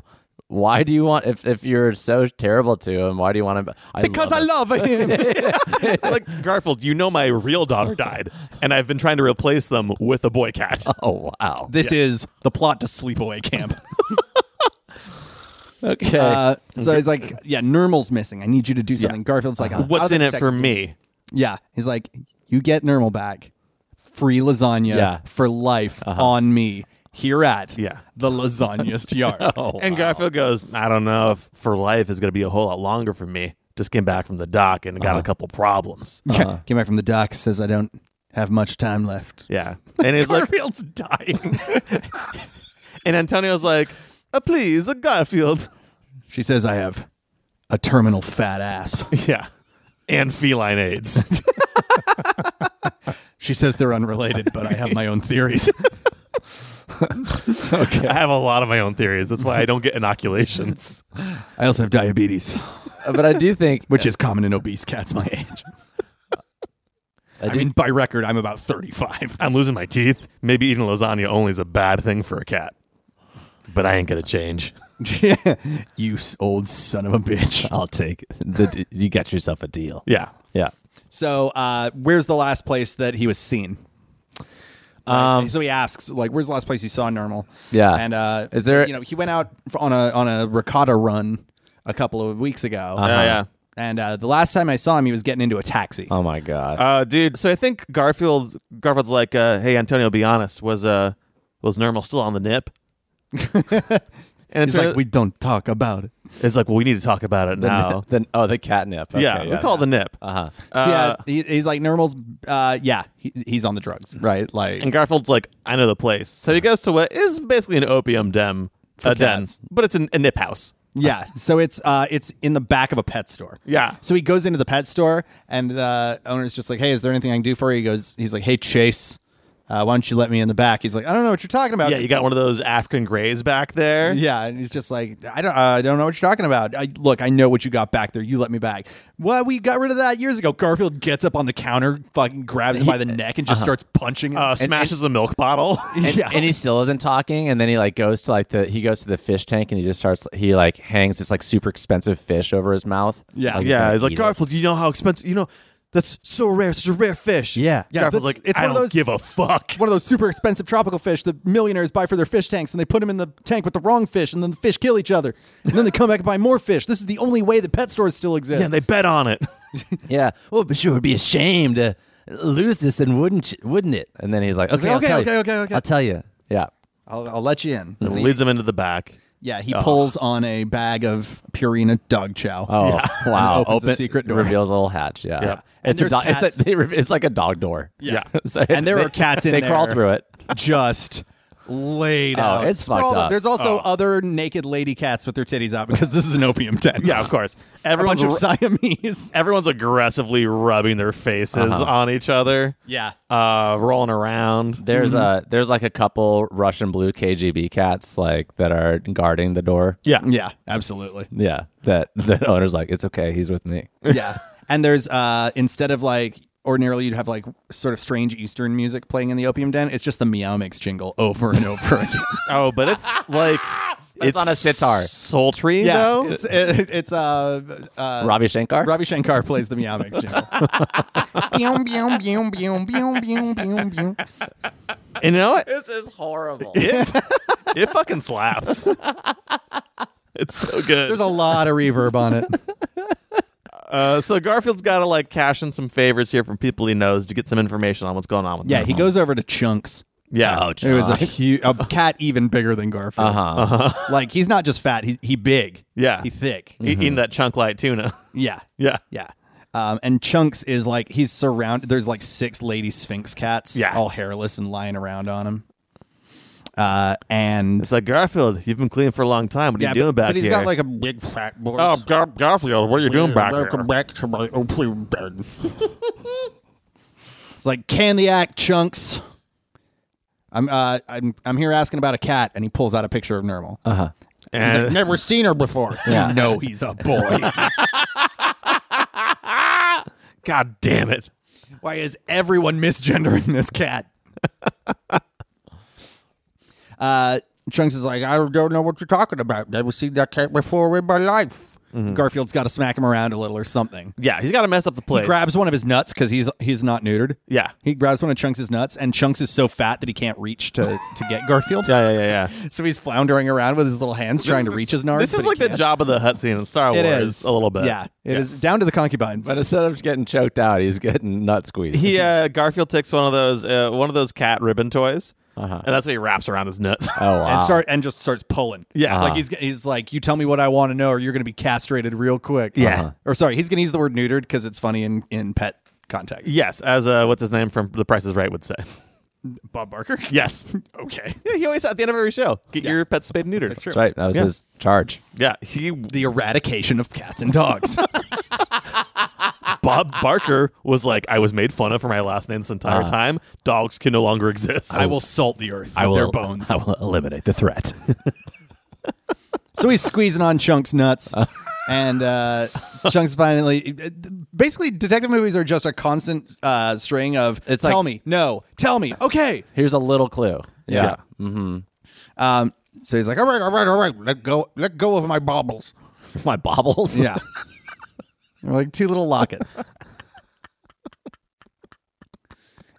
why do you want if if you're so terrible to him? Why do you want to? I Because love I love him. It's like Garfield. You know, my real daughter died, and I've been trying to replace them with a boy cat. it. Oh wow. this is the plot to Sleepaway Camp. Okay. Uh, so he's like, yeah, Normal's missing. I need you to do something. Garfield's like, What's "I'll in it check." for me? Yeah. He's like, you get Normal back. Free lasagna Yeah. Uh-huh. for life on me. Here at Yeah. the lasagnaist yard. and Garfield goes, I don't know if for life is going to be a whole lot longer for me. Just came back from the dock and Uh-huh. got a couple problems. Uh-huh. Came back from the dock, says I don't have much time left. Yeah. And he's like, Garfield's dying. and Antonio's like, uh, please, uh, Garfield. she says I have a terminal fat ass. Yeah. And feline AIDS. She says they're unrelated, but I have my own theories. I have a lot of my own theories. That's why I don't get inoculations. I also have diabetes, but I do think which is common in obese cats my age. I do- mean, by record, I'm about 35. I'm losing my teeth. Maybe eating lasagna only is a bad thing for a cat. But I ain't going to change. you s- old son of a bitch. I'll take the. You got yourself a deal. Yeah. Yeah. So, uh, where's the last place that he was seen? Um, so he asks, like, where's the last place you saw normal? Yeah. And uh, Is there- you know, he went out f- on a on a ricotta run a couple of weeks ago. Uh-huh. Yeah, yeah. And uh, the last time I saw him, he was getting into a taxi. Oh my god. Uh, dude. So I think Garfield's Garfield's like, uh, "Hey, Antonio, be honest. Was uh, was Nermal still on the nip?" and He's like, we don't talk about it. it's like, well, we need to talk about it now. Then oh the catnip. Okay, yeah, we call it the nip. Uh-huh. so yeah, Uh, he, he's like, normal's, uh, yeah, he, he's on the drugs, right? Like, and Garfield's like, "I know the place." So he goes to what is basically an opium den, a den, cats. but it's an, a nip house. yeah. So it's uh, it's in the back of a pet store. Yeah. So he goes into the pet store, and the owner's just like, "Hey, is there anything I can do for you?" He goes, "He's like, hey Chase, uh, why don't you let me in the back?" He's like, "I don't know what you're talking about." Yeah, you got one of those African grays back there. Yeah, and he's just like, I don't, uh, I don't know what you're talking about. I, look, I know what you got back there. You let me back. Well, we got rid of that years ago. Garfield gets up on the counter, fucking grabs him by the neck, and just starts punching him. Uh, smashes a milk bottle. And, yeah. and he still isn't talking, and then he like goes to like the he goes to the fish tank, and he just starts he like hangs this like super expensive fish over his mouth. Yeah. like, yeah, gonna he's like, eat it. Garfield, you know how expensive, you know, that's so rare, such a rare fish. Yeah. Yeah, Garfield's that's- like, it's I one of don't those- give a fuck. one of those super expensive tropical fish that millionaires buy for their fish tanks, and they put them in the tank with the wrong fish, and then the fish kill each other, and then they come back and buy more fish. This is the only way that pet stores still exist. Yeah, and they bet on it. Yeah. Well, but sure would be ashamed to lose this, and wouldn't wouldn't it? And then he's like, okay, like, I'll okay, tell okay, you. okay, okay. I'll tell you. Yeah. I'll, I'll let you in. And he- Leads him into the back. yeah, he pulls on a bag of Purina dog chow. Oh wow! And opens a secret door. reveals a little hatch. Yeah, Yeah. And it's a, there's do- cats. it's, a, they re- it's like a dog door. Yeah. So And there they- are cats in They crawl there. through it. Just laid out. it's fucked sprawled up. There's also other naked lady cats with their titties out because this is an opium tent. Yeah, of course. a bunch Everyone's, of ru- Siamese. everyone's aggressively rubbing their faces on each other. Uh-huh. Yeah. Uh, rolling around. There's Mm-hmm. a there's like a couple Russian blue KGB cats like that are guarding the door. Yeah. Yeah, absolutely. Yeah, that the owner's like, it's okay, he's with me. yeah and there's uh instead of like ordinarily you'd have like sort of strange eastern music playing in the opium den it's just the meow mix jingle over and over again Oh, but it's like It's on a sitar. Sultry yeah though. it's it, it's uh uh Ravi Shankar. Ravi Shankar plays the meow mix jingle. Beow, beow, beow, beow, beow, beow, beow, beow. and you know what? this is horrible. It, it fucking slaps. It's so good. There's a lot of reverb on it. uh, so Garfield's got to like cash in some favors here from people he knows to get some information on what's going on with Yeah, them. he goes over to Chunks. yeah. uh, Oh, It was a huge a cat even bigger than Garfield. Uh huh. Like he's not just fat, he he big. Yeah. He thick. E- Eating that chunk light tuna. Yeah. yeah. Yeah. Um, and Chunks is like he's surrounded. There's like six lady sphinx cats, Yeah. all hairless and lying around on him. uh, and It's like Garfield, you've been clean for a long time. What are yeah, you doing but, back but he's here? "Oh, got like a big fat voice. Gar- Garfield, what are you doing back Welcome back to my Opal bed. it's like can the act chunks. I'm uh I'm I'm here asking about a cat, and he pulls out a picture of Normal. He's like, never seen her before. Yeah. You know he's a boy. God damn it! Why is everyone misgendering this cat? uh, Trunks is like, I don't know what you're talking about. Never seen that cat before in my life. Mm-hmm. Garfield's got to smack him around a little or something. Yeah, he's got to mess up the place. He grabs one of his nuts because he's he's not neutered. Yeah. He grabs one of Chunks' nuts, and Chunks is so fat that he can't reach to, to get Garfield. Yeah, yeah, yeah, yeah. So he's floundering around with his little hands trying to This reach is- his nards. This but is he like the can't. job of the Hutt scene in Star Wars. It is a little bit. Yeah, it is down to the concubines. But instead of getting choked out, he's getting nut squeezed. He uh, Garfield takes one of those uh, one of those cat ribbon toys, and that's what he wraps around his nuts. oh wow! Uh-huh. and start and just starts pulling. Yeah. like he's he's like, you tell me what I want to know, or you're going to be castrated real quick. Yeah. Uh-huh. or sorry, he's going to use the word neutered because it's funny in in pet context. yes, as uh, what's his name from The Price Is Right would say. Bob Barker. Yes. Okay, Yeah, he always at the end of every show, get your pet spayed and neutered. that's true. That's right. That was Yeah. his charge. Yeah, he The eradication of cats and dogs. Bob Barker was like, I was made fun of for my last name this entire time. Dogs can no longer exist. I will salt the earth with their bones. will eliminate the threat. So he's squeezing on Chunks nuts. And uh, Chunks finally, uh, basically, detective movies are just a constant uh, string of It's "tell like- me, no, tell me, okay, Here's a little clue. Yeah. Um, so he's like, all right, all right, all right, let go, let go of my baubles. My baubles. Yeah, They're like two little lockets.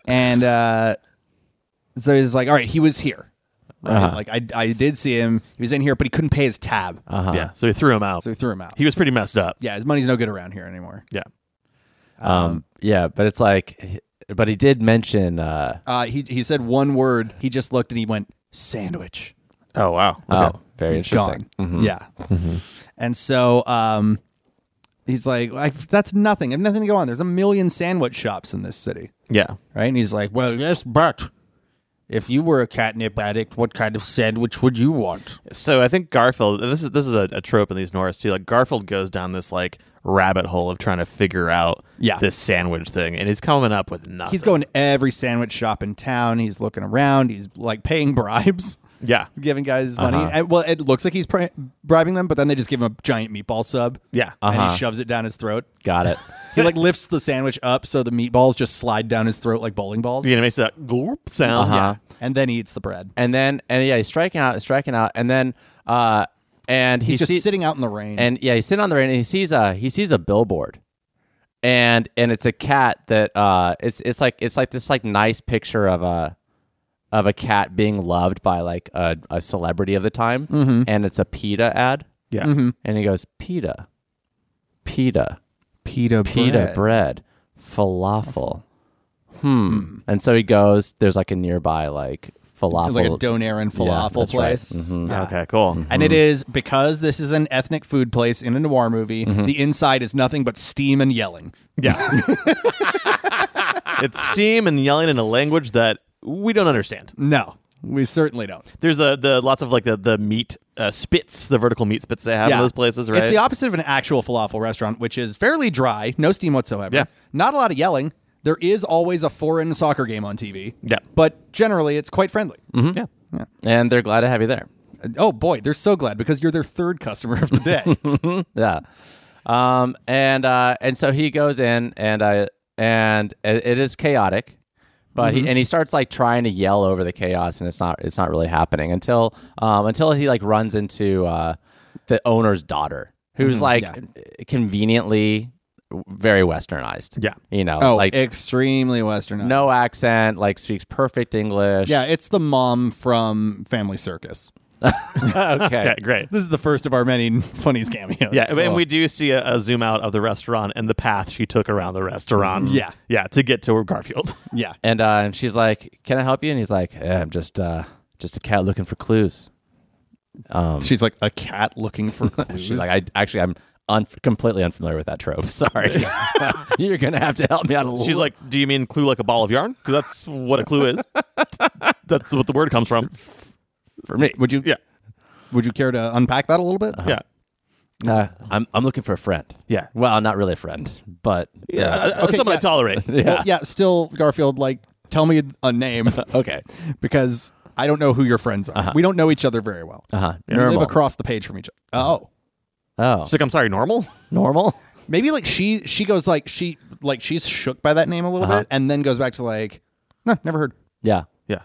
and uh, so he's like, all right, he was here. Right? Uh-huh. Like I, I did see him. He was in here, but he couldn't pay his tab, Uh-huh. yeah, so he threw him out. so we threw him out. he was pretty messed up. yeah, his money's no good around here anymore. Yeah. Um, yeah, but it's like, but he did mention. Uh, Uh, he he said one word. He just looked and he went sandwich. Oh wow. Oh, very He's interesting. Mm-hmm. gone. Yeah. And so um, he's like, I, that's nothing. I have nothing to go on. There's a million sandwich shops in this city. Yeah. Right. And he's like, well, yes, but if you were a catnip addict, what kind of sandwich would you want? So I think Garfield, and this is this is a, a trope in these Norris too. Like Garfield goes down this like rabbit hole of trying to figure out Yeah. this sandwich thing, and he's coming up with nothing. He's going to every sandwich shop in town. He's looking around. He's like paying bribes, yeah, giving guys his money. Uh-huh. And, well, it looks like he's pri- bribing them, but then they just give him a giant meatball sub. yeah. And Uh-huh. he shoves it down his throat. Got it. He like lifts the sandwich up so the meatballs just slide down his throat like bowling balls. You know, makes that glorp sound. Uh-huh. And then he eats the bread. and then, and yeah, he's striking out, striking out, and then, uh, and he's, He's just see- sitting out in the rain. and yeah, he's sitting on the rain, and he sees a he sees a billboard, and and it's a cat that uh, it's it's like it's like this like nice picture of a of a cat being loved by like a, a celebrity of the time, and it's a PETA ad, Yeah. Mm-hmm. and he goes PETA, PETA, pita pita bread, falafel. Hmm. And so he goes. There's like a nearby like falafel, like a donair and falafel that's right. place. Mm-hmm. Yeah. Mm-hmm. Okay. Cool. And it Mm-hmm. is because this is an ethnic food place in a noir movie. Mm-hmm. The inside is nothing but steam and yelling. Yeah. it's steam and yelling in a language that we don't understand. No, we certainly don't. There's the the lots of like the the meat uh, spits, the vertical meat spits they have in those places, right? It's the opposite of an actual falafel restaurant, which is fairly dry, no steam whatsoever. Yeah. Not a lot of yelling. There is always a foreign soccer game on TV. Yeah. Mm-hmm. But generally, it's quite friendly. yeah. and they're glad to have you there. Oh boy, they're so glad because you're their third customer of the day. Oh, Yeah. Um. And uh. And so he goes in, and uh. And it, it is chaotic, but he and he starts like trying to yell over the chaos, and it's not it's not really happening until um until he like runs into uh the owner's daughter, who's like conveniently very westernized. Yeah. You know. Oh, like extremely westernized. no accent, like speaks perfect English. Yeah, it's the mom from Family Circus. okay. Okay. Great. This is the first of our many funnies cameos. Yeah, and we do see a, a zoom out of the restaurant and the path she took around the restaurant. Yeah. yeah, to get to Garfield. yeah. And uh, and she's like, "Can I help you?" And he's like, eh, "I'm just uh, just a cat looking for clues." She's like a cat looking for clues. She's like, "I actually I'm un- completely unfamiliar with that trope. Sorry, you're gonna have to help me out a little." She's like, "Do you mean clue like a ball of yarn? Because that's what a clue is. that's what the word comes from." for me. Would you? Yeah. Would you care to unpack that a little bit? Yeah. Uh, I'm I'm looking for a friend. Yeah. Well, not really a friend, but Yeah. uh, someone I tolerate. yeah. Well, yeah. Still, Garfield, like, tell me a name Okay. because I don't know who your friends are. Uh-huh. We don't know each other very well. Uh huh. We live Normal. across the page from each other. Oh, oh, She's like, I'm sorry, normal? normal. maybe like she she goes like she like she's shook by that name a little Uh-huh. bit and then goes back to like, no, never heard. Yeah. Yeah.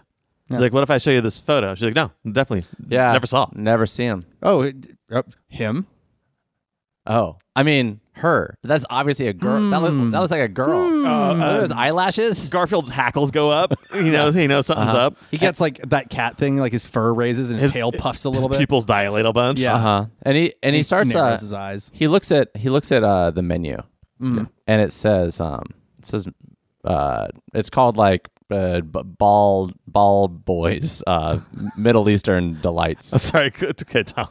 He's like, what if I show you this photo? She's like, no, definitely. Yeah. Never saw. Never see him. Oh, it- uh, him. Oh, I mean her. That's obviously a girl. That, was, that was like a girl. Uh, those eyelashes. Garfield's hackles go up. He knows. He knows something's up. He gets like that cat thing, like his fur raises and his, His- tail puffs a His little bit. pupils Uh-huh. dilate a bunch. Yeah. Uh huh. And he and he starts. Uh, narrows his eyes. Mm-hmm. he looks at he looks at uh, the menu, and it says um it says uh it's called like uh, b- ball ball boys uh Middle Eastern delights. Sorry. Good, okay, Tom.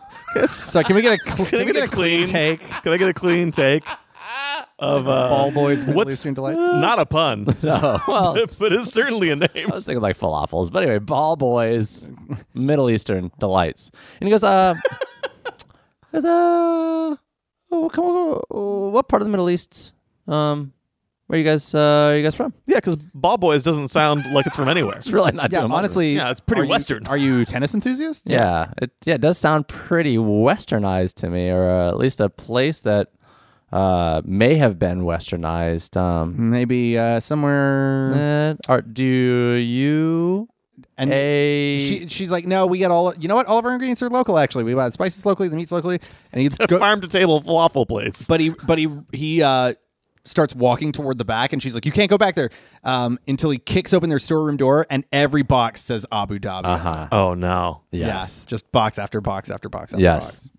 So can we get a cl- Can I get a clean take? Can I get a clean take of uh, Ball boys, Middle what's- Eastern delights. Not a pun, Oh, well, but it's certainly a name. I was thinking like falafels, but anyway, ball boys, Middle Eastern delights. And he goes, uh, he goes, uh, oh, come on, what part of the Middle East? Um, where you guys, uh, are you guys from? Yeah, because Ball Boys doesn't sound like it's from anywhere. It's really not. Yeah, doing much. honestly, Yeah, it's pretty are you- Western. are you tennis enthusiasts? Yeah, it yeah it does sound pretty westernized to me, or uh, at least a place that uh may have been westernized. Um, maybe uh, somewhere. eh, are, do you And a she, she's like, no, we get all. You know what? All of our ingredients are local. Actually, we buy the spices locally, the meats locally, and he go, Farm to table falafel place. but he but he he uh starts walking toward the back and she's like you can't go back there um until he kicks open their storeroom door and every box says abu dhabi uh-huh. oh no! yes yeah just box after box after box after yes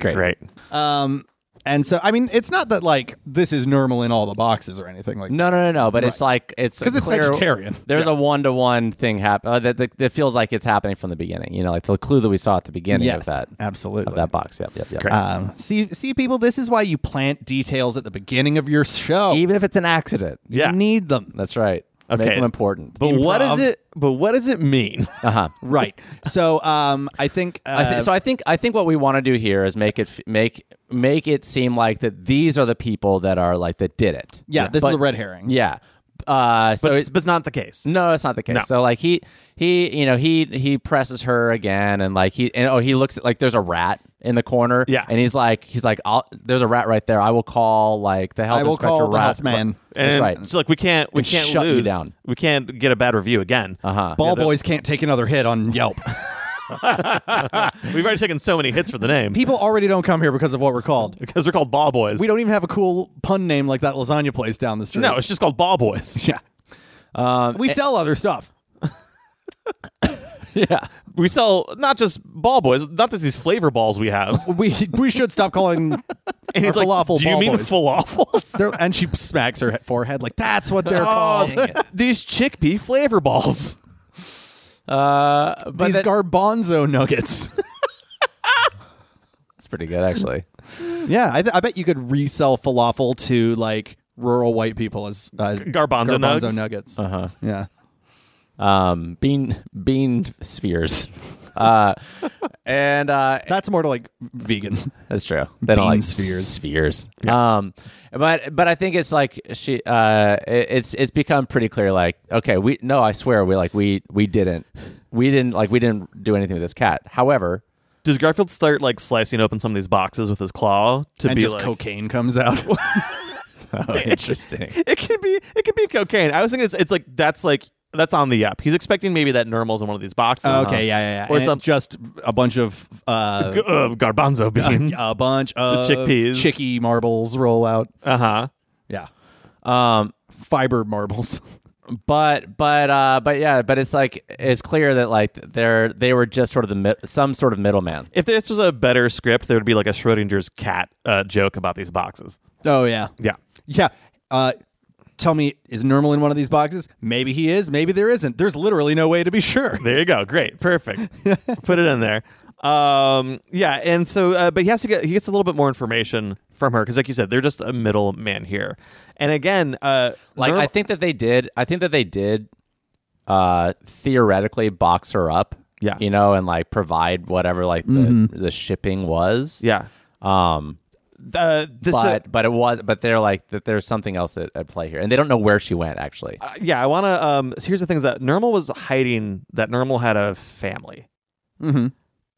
great Great. box um and so i mean it's not that like this is normal in all the boxes or anything like No, no, no, no. But it's like it's 'Cause it's clear- vegetarian. There's a one to one thing happen uh, that, that that feels like it's happening from the beginning. You know, like the clue that we saw at the beginning yes of that absolutely of that box. Yep, yep, yep. um see see people this is why you plant details at the beginning of your show Even if it's an accident, Yeah. you need them that's right. Okay. Make them important. But what Improv. does it? But what does it mean? Uh-huh. right so um i think uh, I thi- so I think I think what we want to do here is make it f- make make it seem like that these are the people that are like that did it. yeah, this But- is the red herring Yeah. Uh, so but it's it's, but it's not the case. No, that's not the case. So like he he you know he he presses her again and like he and oh he looks at like there's a rat in the corner Yeah. and he's like he's like I'll, there's a rat right there I will call like the health I will inspector call the rat health man. that's And right It's like we can't. We And can't shut you lose. down. We can't get a bad review again. uh huh Ball boys can't take another hit on Yelp. We've already taken so many hits for the name People already don't come here because of what we're called. because they're called Ball Boys. We don't even have a cool pun name like that lasagna place down the street. No, it's just called Ball Boys. yeah. Um, we sell other stuff. yeah We sell not just Ball Boys, not just these flavor balls we have. We we should stop calling And our he's like, falafel Do you ball mean boys. falafels? They're- and she smacks her he- forehead like that's what they're called. Oh, dang it. these chickpea flavor balls. uh but These that- garbanzo nuggets. that's pretty good actually yeah, I, th- I bet you could resell falafel to like rural white people as uh, garbanzo nugs? Uh-huh. nuggets. uh huh Yeah. um bean bean spheres uh and uh That's more to like vegans. That's true. They don't Bean like spheres. spheres. Spheres. Um, but but I think it's like she. Uh, it- it's it's become pretty clear. Like okay, we no, I swear we like we we didn't we didn't like we didn't do anything with this cat. However, Does Garfield start like slicing open some of these boxes with his claw to And be just like Uh-huh. cocaine comes out. Oh, interesting. It could be it could be cocaine. I was thinking it's, it's like that's like that's on the up. He's expecting maybe that normal's in one of these boxes. Okay, yeah, yeah, yeah. Or And it some- just a bunch of uh, G- uh, garbanzo beans. a bunch of chickpeas. chicky marbles roll out. Uh huh. Yeah, Um, fiber marbles. but but uh, but yeah, but it's like it's clear that like they're they were just sort of the mi- some sort of middleman. If this was a better script, there would be like a Schrodinger's cat uh, joke about these boxes. Oh yeah, Yeah. yeah. Uh, tell me, is normal in one of these boxes? Maybe he is. Maybe there isn't. There's literally no way to be sure. There you go. Great. Perfect. Put it in there. Um, yeah. And so, uh, but he has to get, he gets a little bit more information from her. Cause like you said, they're just a middleman here. And again, uh, Like norm- I think that they did. I think that they did. Uh, theoretically, box her up Yeah. you know, and like provide whatever like the, the shipping was. Yeah. Um, Uh, this, uh, but but it was but they're like that. There's something else at, at play here, and they don't know where she went actually. uh, yeah, I want to. Um, so here's the thing: is that Normal was hiding that Normal had a family. Mm-hmm.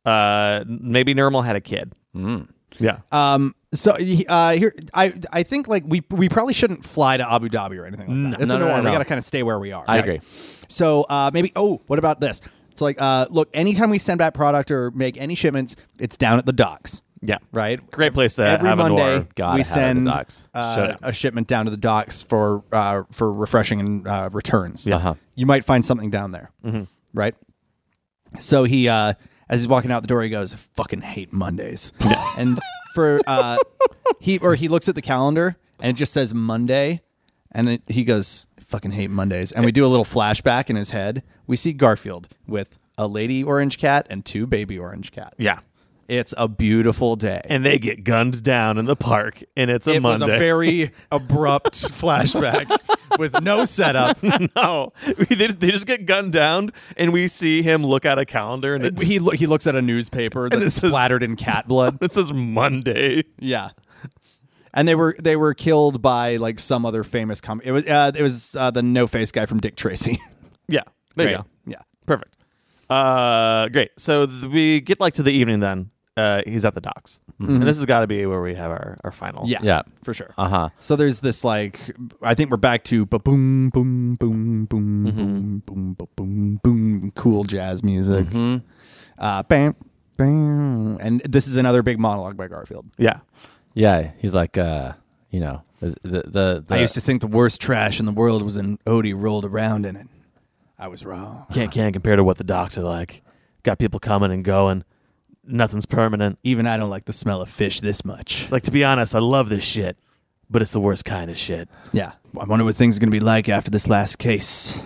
Uh, maybe Normal had a kid. Mm. Yeah. Um, so uh, here, I I think like we we probably shouldn't fly to Abu Dhabi or anything like that. it's No, an no, no, oil. no. We got to kind of stay where we are. I right? agree. So uh, maybe. Oh, what about this? It's like, uh, look, anytime we send back product or make any shipments, it's down at the docks, Yeah. right? Great place to Every have an Monday, order. Gotta we have it at the send docks. Shut uh, up. a shipment down to the docks for uh, for refreshing and uh, returns. Uh-huh. Mm-hmm. You might find something down there, right? So he, uh, as he's walking out the door, he goes, "I "Fucking hate Mondays." and for uh, he or he looks at the calendar and it just says Monday, and it, he goes, "I "Fucking hate Mondays." And we do a little flashback in his head. We see Garfield with a lady orange cat and two baby orange cats. Yeah. It's a beautiful day And they get gunned down in the park, and it's a it Monday. was a very abrupt flashback with no setup. no, they, they just get gunned down, and we see him look at a calendar, and it's, He lo- he looks at a newspaper that's it says- splattered in cat blood. it says Monday. Yeah. And they were they were killed by like some other famous com. It was uh, it was uh, the no face guy from Dick Tracy. Yeah, there you Great. go. yeah. Perfect. Uh, great. So th- we get like to the evening then. Uh, he's at the docks, and this has got to be where we have our, our final. Yeah. Yeah. For sure. Uh huh. So there's this like I think we're back to ba boom boom boom Mm-hmm. boom boom boom ba boom boom cool jazz music. Mm-hmm. Uh, bam bam, and this is another big monologue by Garfield. yeah, Yeah. He's like, uh, you know, is- the the, the I used to think the worst trash in the world was an Odie rolled around in it. I was wrong. can't can compare to what the docks are like. Got people coming and going. Nothing's permanent. Even I don't like the smell of fish this much. Like to be honest, I love this shit, but it's the worst kind of shit. Yeah. I wonder what things are going to be like after this last case.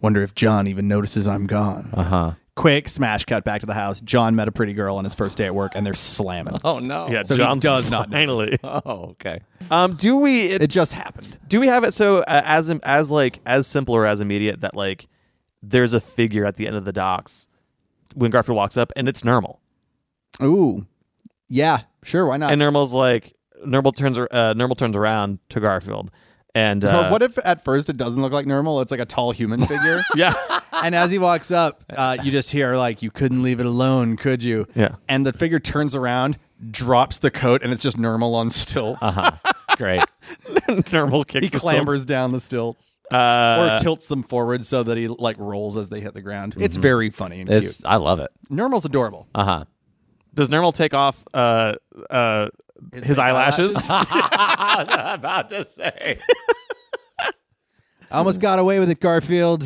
Wonder if John even notices I'm gone. uh Uh-huh. huh. Quick smash cut back to the house. John met a pretty girl on his first day at work and they're slamming. Oh no. Yeah, So he John's does not finally. Oh okay. Um, do we It just happened. do we have it so uh, as im- as like as simple or as immediate that like there's a figure at the end of the docks when Garfield walks up and it's normal Ooh. Yeah, sure, why not? and normal's like normal turns ar- uh, normal turns around to Garfield and uh, But what if at first it doesn't look like normal? It's like a tall human figure. yeah and as he walks up, uh, you just hear like, "You couldn't leave it alone, could you?" Yeah. And the figure turns around, drops the coat, and it's just normal on stilts. Uh-huh. Great. normal kicks He the clambers down the stilts stilts. uh, or tilts them forward so that he like rolls as they hit the ground. It's Mm-hmm. very funny and It's I love it. cute. Normal's adorable. Uh huh. does normal take off uh uh his, eyelashes, I was about to say. I almost got away with it, Garfield.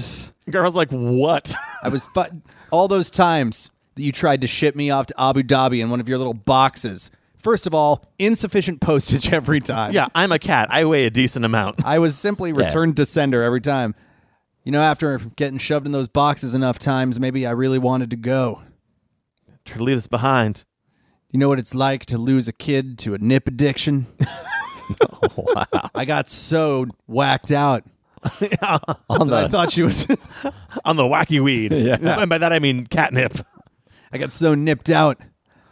Garfield's like what I was fu- all those times that you tried to ship me off to Abu Dhabi in one of your little boxes. First of all, insufficient postage every time. yeah I'm a cat I weigh a decent amount I was simply returned to sender every time. You know, after getting shoved in those boxes enough times, maybe I really wanted to go. try to leave this behind You know what it's like to lose a kid to a nip addiction? I got so whacked out. On that I the thought she was. on the wacky weed Yeah. and by that I mean catnip I got so nipped out.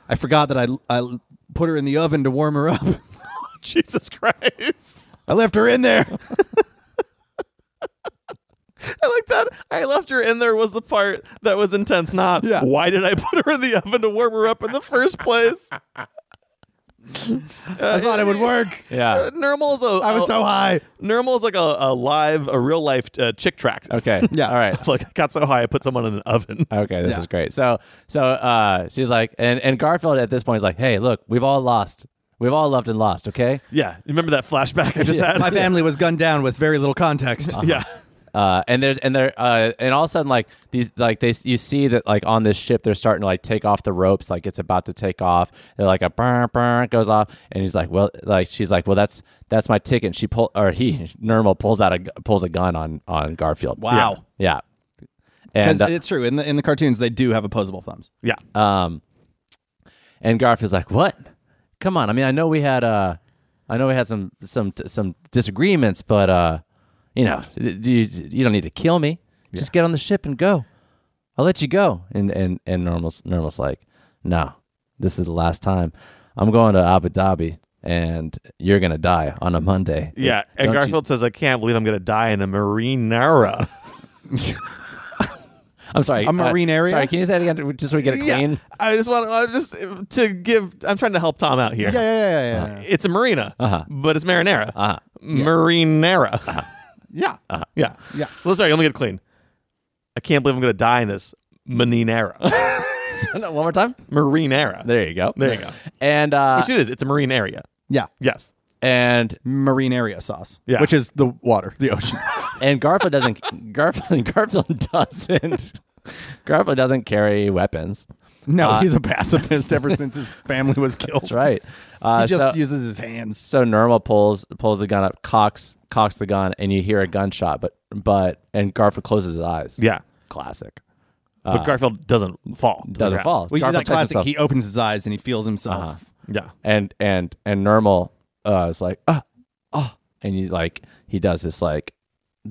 I forgot that I, I put her in the oven to warm her up. Jesus Christ. I left her in there. I like that. I left her in there was the part that was intense, not Yeah. why did I put her in the oven to warm her up in the first place? I thought it would work. yeah. Normal is a I was so high. normal is like a, a live, a real life uh, chick track. Okay. Yeah. All right. Like I got so high I put someone in an oven. Okay, this Yeah. is great. So, so uh, she's like, and, and Garfield at this point is like, hey, look, we've all lost. We've all loved and lost, okay? Yeah. You remember that flashback I just Yeah. had? My family was gunned down with very little context. yeah. Uh, and there's and they're uh, and all of a sudden like these like they you see that like on this ship they're starting to like take off the ropes like it's about to take off they're like a burn burn goes off and he's like well like she's like well that's that's my ticket and she pull or he normal pulls out a gu- pulls a gun on on Garfield Wow. yeah, yeah. Because and uh, it's true. In the, in the cartoons, they do have opposable thumbs. Yeah. Um, and Garfield's like, "What? Come on! I mean, I know we had uh, I know we had some some some disagreements, but uh, you know, d- d- you you don't need to kill me. Just get on the ship and go. I'll let you go. And and and Normal's Normal's like, no, this is the last time. I'm going to Abu Dhabi, and you're gonna die on a Monday. Yeah, Don't and you- Garfield says, "I can't believe I'm going to die in a marinara." I'm sorry, uh, A marine area? Sorry, can you say it again, just so we get it clean? I just want to just to give. I'm trying to help Tom out here. Yeah, yeah, yeah, yeah. It's a marina, Uh-huh. but it's marinara. Uh-huh. Marinara. Uh-huh. Yeah. yeah, Yeah. Well, sorry, let me get it clean. I can't believe I'm going to die in this marinara. No, One more time. marinara. There you go. There you go. And uh, Which it is. It's a marine area. Yeah. Yes. and Marine area sauce, Yeah. which is the water, the ocean. and Garfield doesn't. Garfield Garfield doesn't. Garfield doesn't carry weapons. no, he's a pacifist ever since his family was killed. That's right. Uh, He just so, uses his hands. so Norma pulls pulls the gun up, cocks cocks the gun, and you hear a gunshot. But but and Garfield closes his eyes. Yeah. classic. But Garfield doesn't fall. to Uh, the Doesn't ground. fall. We do Garfield that takes classic. himself- He opens his eyes and he feels himself. Yeah. and and and Normal uh, is like ah ah, and he's like he does this like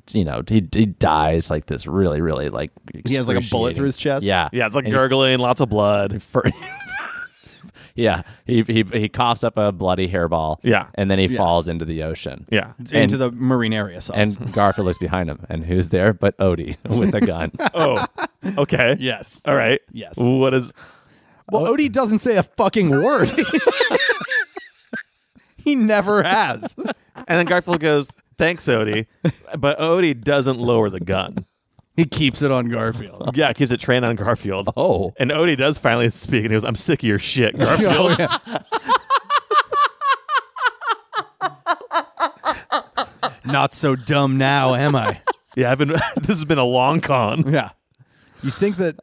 you know he, he dies like this really really like He has, like, a bullet through his chest? Yeah, Yeah. It's like Uh, And he- gurgling, lots of blood. for- yeah, he, he he coughs up a bloody hairball. Yeah. and then he falls into the ocean. Yeah. Into the marine area sauce. And Garfield looks behind him, and who's there but Odie with a gun? Oh. Okay. yes. All right. Yes. What is? Well, Odie doesn't say a fucking word. he never has. And then Garfield goes, "Thanks, Odie," but Odie doesn't lower the gun. He keeps it on Garfield. Yeah, keeps it trained on Garfield. Oh. and Odie does finally speak, and he goes, "I'm sick of your shit, Garfield." Not so dumb now, am I? yeah, I've been. this has been a long con. Do Yeah. You think that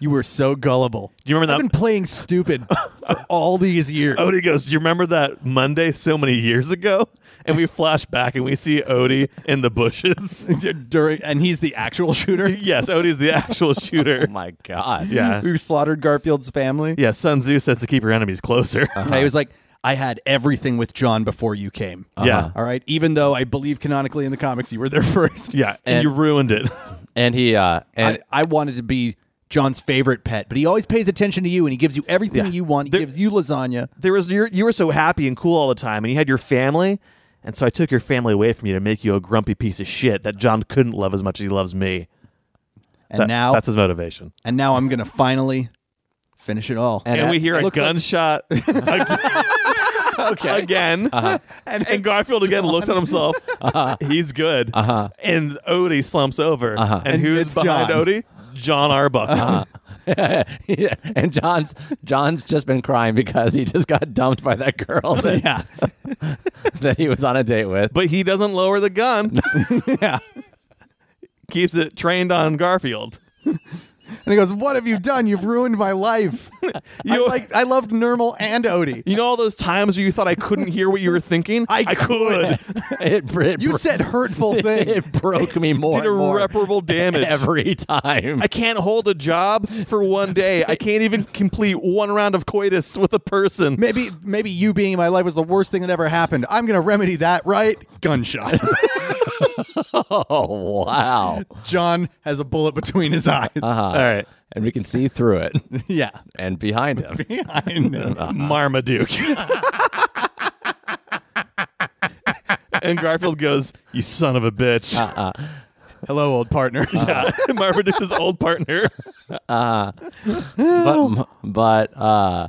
you were so gullible. you remember I've that? been playing stupid for all these years. Odie goes, "Do you remember that Monday so many years ago?" And we flash back, and we see Odie in the bushes. During and he's the actual shooter yes, Odie's the actual shooter. Oh my god! Yeah, who slaughtered Garfield's family. yeah. Sun Tzu says to keep your enemies closer. He was like, I had everything with John before you came. Yeah, All right. Even though I believe canonically in the comics you were there first. yeah. And, And- you ruined it. and he uh and I, I wanted to be John's favorite pet, but he always pays attention to you and he gives you everything you want. He gives you lasagna. there was you you were so happy and cool all the time, and you had your family. And so I took your family away from you to make you a grumpy piece of shit that John couldn't love as much as he loves me. And That- now that's his motivation. and now I'm gonna finally finish it all. And- And, we hear a Looks like- gunshot okay. Uh-huh. again. And, and Garfield again looks at himself. He's good. Uh-huh. And Odie slumps over. Uh-huh. And, And who's it's behind John. Odie? John Arbuckle. Yeah, and John's John's just been crying because he just got dumped by that girl that, yeah. that he was on a date with. But he doesn't lower the gun. Yeah. Keeps it trained on Garfield. And he goes, What have you done? You've ruined my life. I You- like I loved Nermal and Odie. You know all those times where you thought I couldn't hear what you were thinking? I, could. it, br- it You br- said hurtful things. it broke me more, Did and more irreparable damage. every time. I can't hold a job for one day. I can't even complete one round of coitus with a person. Maybe maybe you being in my life was the worst thing that ever happened. I'm gonna remedy that, right? Gunshot. oh wow! John has a bullet between his eyes. Uh-huh. All right. And we can see through it Yeah. and behind him. I know. Uh-huh. Marmaduke. and Garfield goes, You son of a bitch. Hello, old partner. Yeah. Marmaduke's his old partner. Oh. But but uh,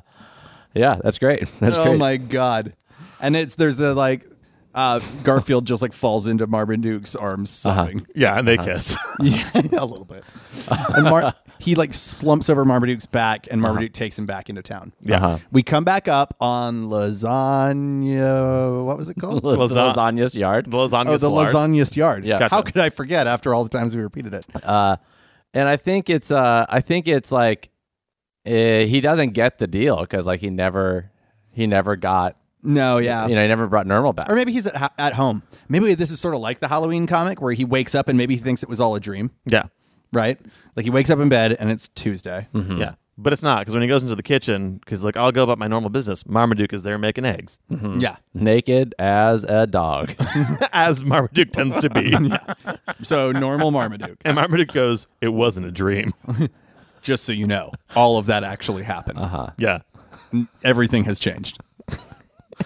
yeah, that's great. That's oh great. my god! And it's there's the like uh, Garfield just like falls into Marmaduke's arms sobbing Yeah, and they kiss. a little bit, and Mar- he like slumps over Marmaduke's back, and Marmaduke takes him back into town. Yeah. Uh-huh. We come back up on lasagna. What was it called? Las- Lasagna. Lasagna's yard. The lasagna. oh, the lasagna's yard. Yeah. How Gotcha. could I forget after all the times we repeated it? and I think it's uh I think it's like uh, he doesn't get the deal because like he never he never got no, yeah. you know he never brought normal back. or maybe he's at, ho- at home. Maybe this is sort of like the Halloween comic where he wakes up and maybe he thinks it was all a dream, Yeah. right? Like he wakes up in bed and it's Tuesday. Yeah. But it's not because when he goes into the kitchen, because like I'll go about my normal business. Marmaduke is there making eggs, Hmm. Yeah. naked as a dog. as Marmaduke tends to be. So normal Marmaduke. And Marmaduke goes, "It wasn't a dream." just so you know, all of that actually happened. Uh-huh. yeah. Everything has changed.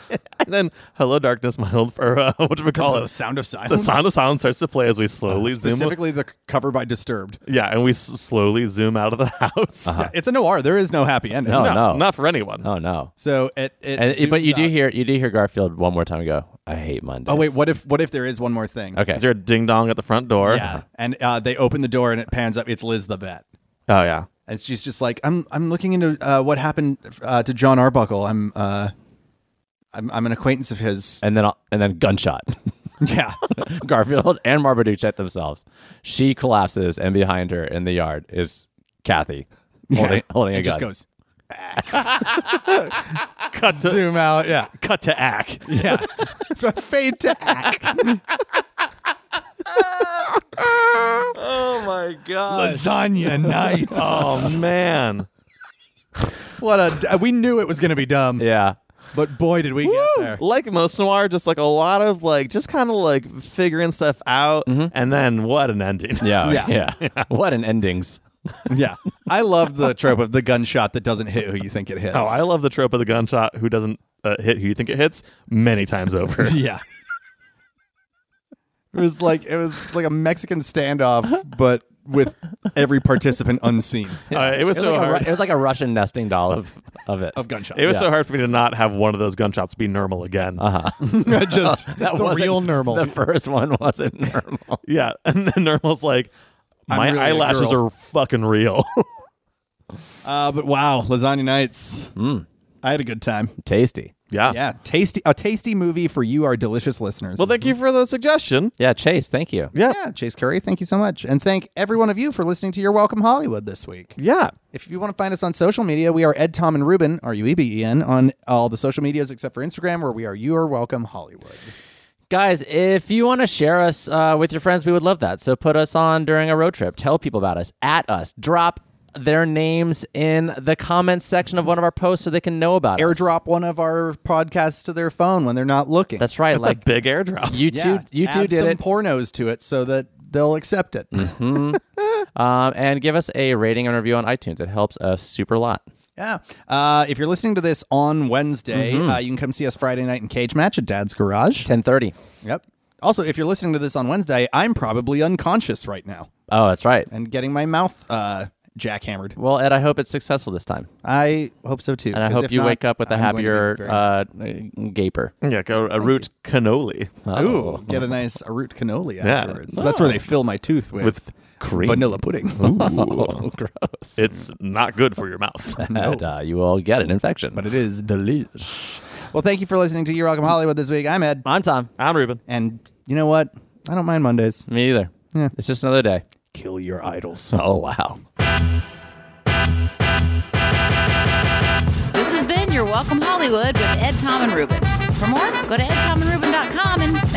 And then Hello Darkness, my old or uh, what do we call Oh, The it? sound of silence. The sound of silence starts to play as we slowly zoom. Specifically, the c- cover by Disturbed. Yeah, and we s- slowly zoom out of the house. Yeah, it's an OR. There is no happy ending. Uh-huh. No. not for anyone. oh no! So it. it And but zooms you do out. hear you do hear Garfield one more time go. I hate Mondays. Oh wait, what if what if there is one more thing? Okay. Is there a ding dong at the front door? Yeah. And uh, they open the door and it pans up. It's Liz the vet. Oh yeah. And she's just like, I'm I'm looking into uh, what happened uh, to John Arbuckle. I'm uh, I'm I'm an acquaintance of his. And then I'll- and then gunshot. yeah. Garfield and Marmaduke check themselves. She collapses, and behind her in the yard is Kathy holding holding a It just gun. goes Cut to zoom out. Yeah. cut to ack. Yeah. Fade to ack. Oh my god. Lasagna nights. Oh man. What a we knew it was going to be dumb, Yeah. but boy did we get there. Like most noir, just like a lot of like just kind of like figuring stuff out, and then what an ending. Mm-hmm. Yeah, Yeah. yeah, What an endings! Yeah, I love the trope of the gunshot that doesn't hit who you think it hits. Oh, I love the trope of the gunshot who doesn't uh, hit who you think it hits many times over. yeah. It was like it was like a Mexican standoff, but with every participant unseen Uh, it was It was, so like a, Ru- hard. it was like a Russian nesting doll of of it. of gunshots. It was Yeah. Uh-huh. so hard for me to not have one of those gunshots be normal again. just That the wasn't- real normal. The first one wasn't normal. Yeah, and then normal's like, my really a eyelashes girl." are fucking real. uh, but wow, lasagna nights. I had a good time. Tasty. yeah. Yeah, tasty. A tasty movie for you, our delicious listeners. Ah. Well, thank you for the suggestion. Yeah, Chase. Thank you. Yeah. yeah, Chase Curry, thank you so much, and thank every one of you for listening to your Welcome Hollywood this week. Yeah. If you want to find us on social media, we are Ed, Tom, and Ruben, R U E B E N, on all the social medias except for Instagram, where we are Your Welcome Hollywood. Guys, if you want to share us uh, with your friends, we would love that. So put us on during a road trip. Tell people about us, at us, drop their names in the comments section of one of our posts so they can know about us. Airdrop one of our podcasts to their phone when they're not looking. That's right. It's like a big airdrop. you two, you two add did some it. Mm. pornos to it so that they'll accept it. um, and give us a rating and review on iTunes. It helps us super lot. Yeah. Uh, if you're listening to this on Wednesday, Mm-hmm. uh, you can come see us Friday night in Cage Match at Dad's Garage. Ten thirty. Yep. Also, if you're listening to this on Wednesday, I'm probably unconscious right now Oh, that's right. and getting my mouth uh, jackhammered. Well, Ed, I hope it's successful this time, I hope so too. and I hope you wake up with a happier uh, gaper. Yeah, go a root cannoli Ooh, get a nice a root cannoli Yeah. afterwards. That's where they fill my tooth with, with cream. vanilla pudding. Oh, gross. It's not good for your mouth. And uh, you will get an infection. But it is delish. Well, thank you for listening to Your Welcome Hollywood this week. I'm Ed, I'm Tom. I'm Ruben. and you know what? I don't mind Mondays. Me either. Yeah. It's just another day. Kill your idols. Oh, wow. This has been Your Welcome Hollywood with Ed, Tom, and Ruben. For more, go to edtomandruben.com and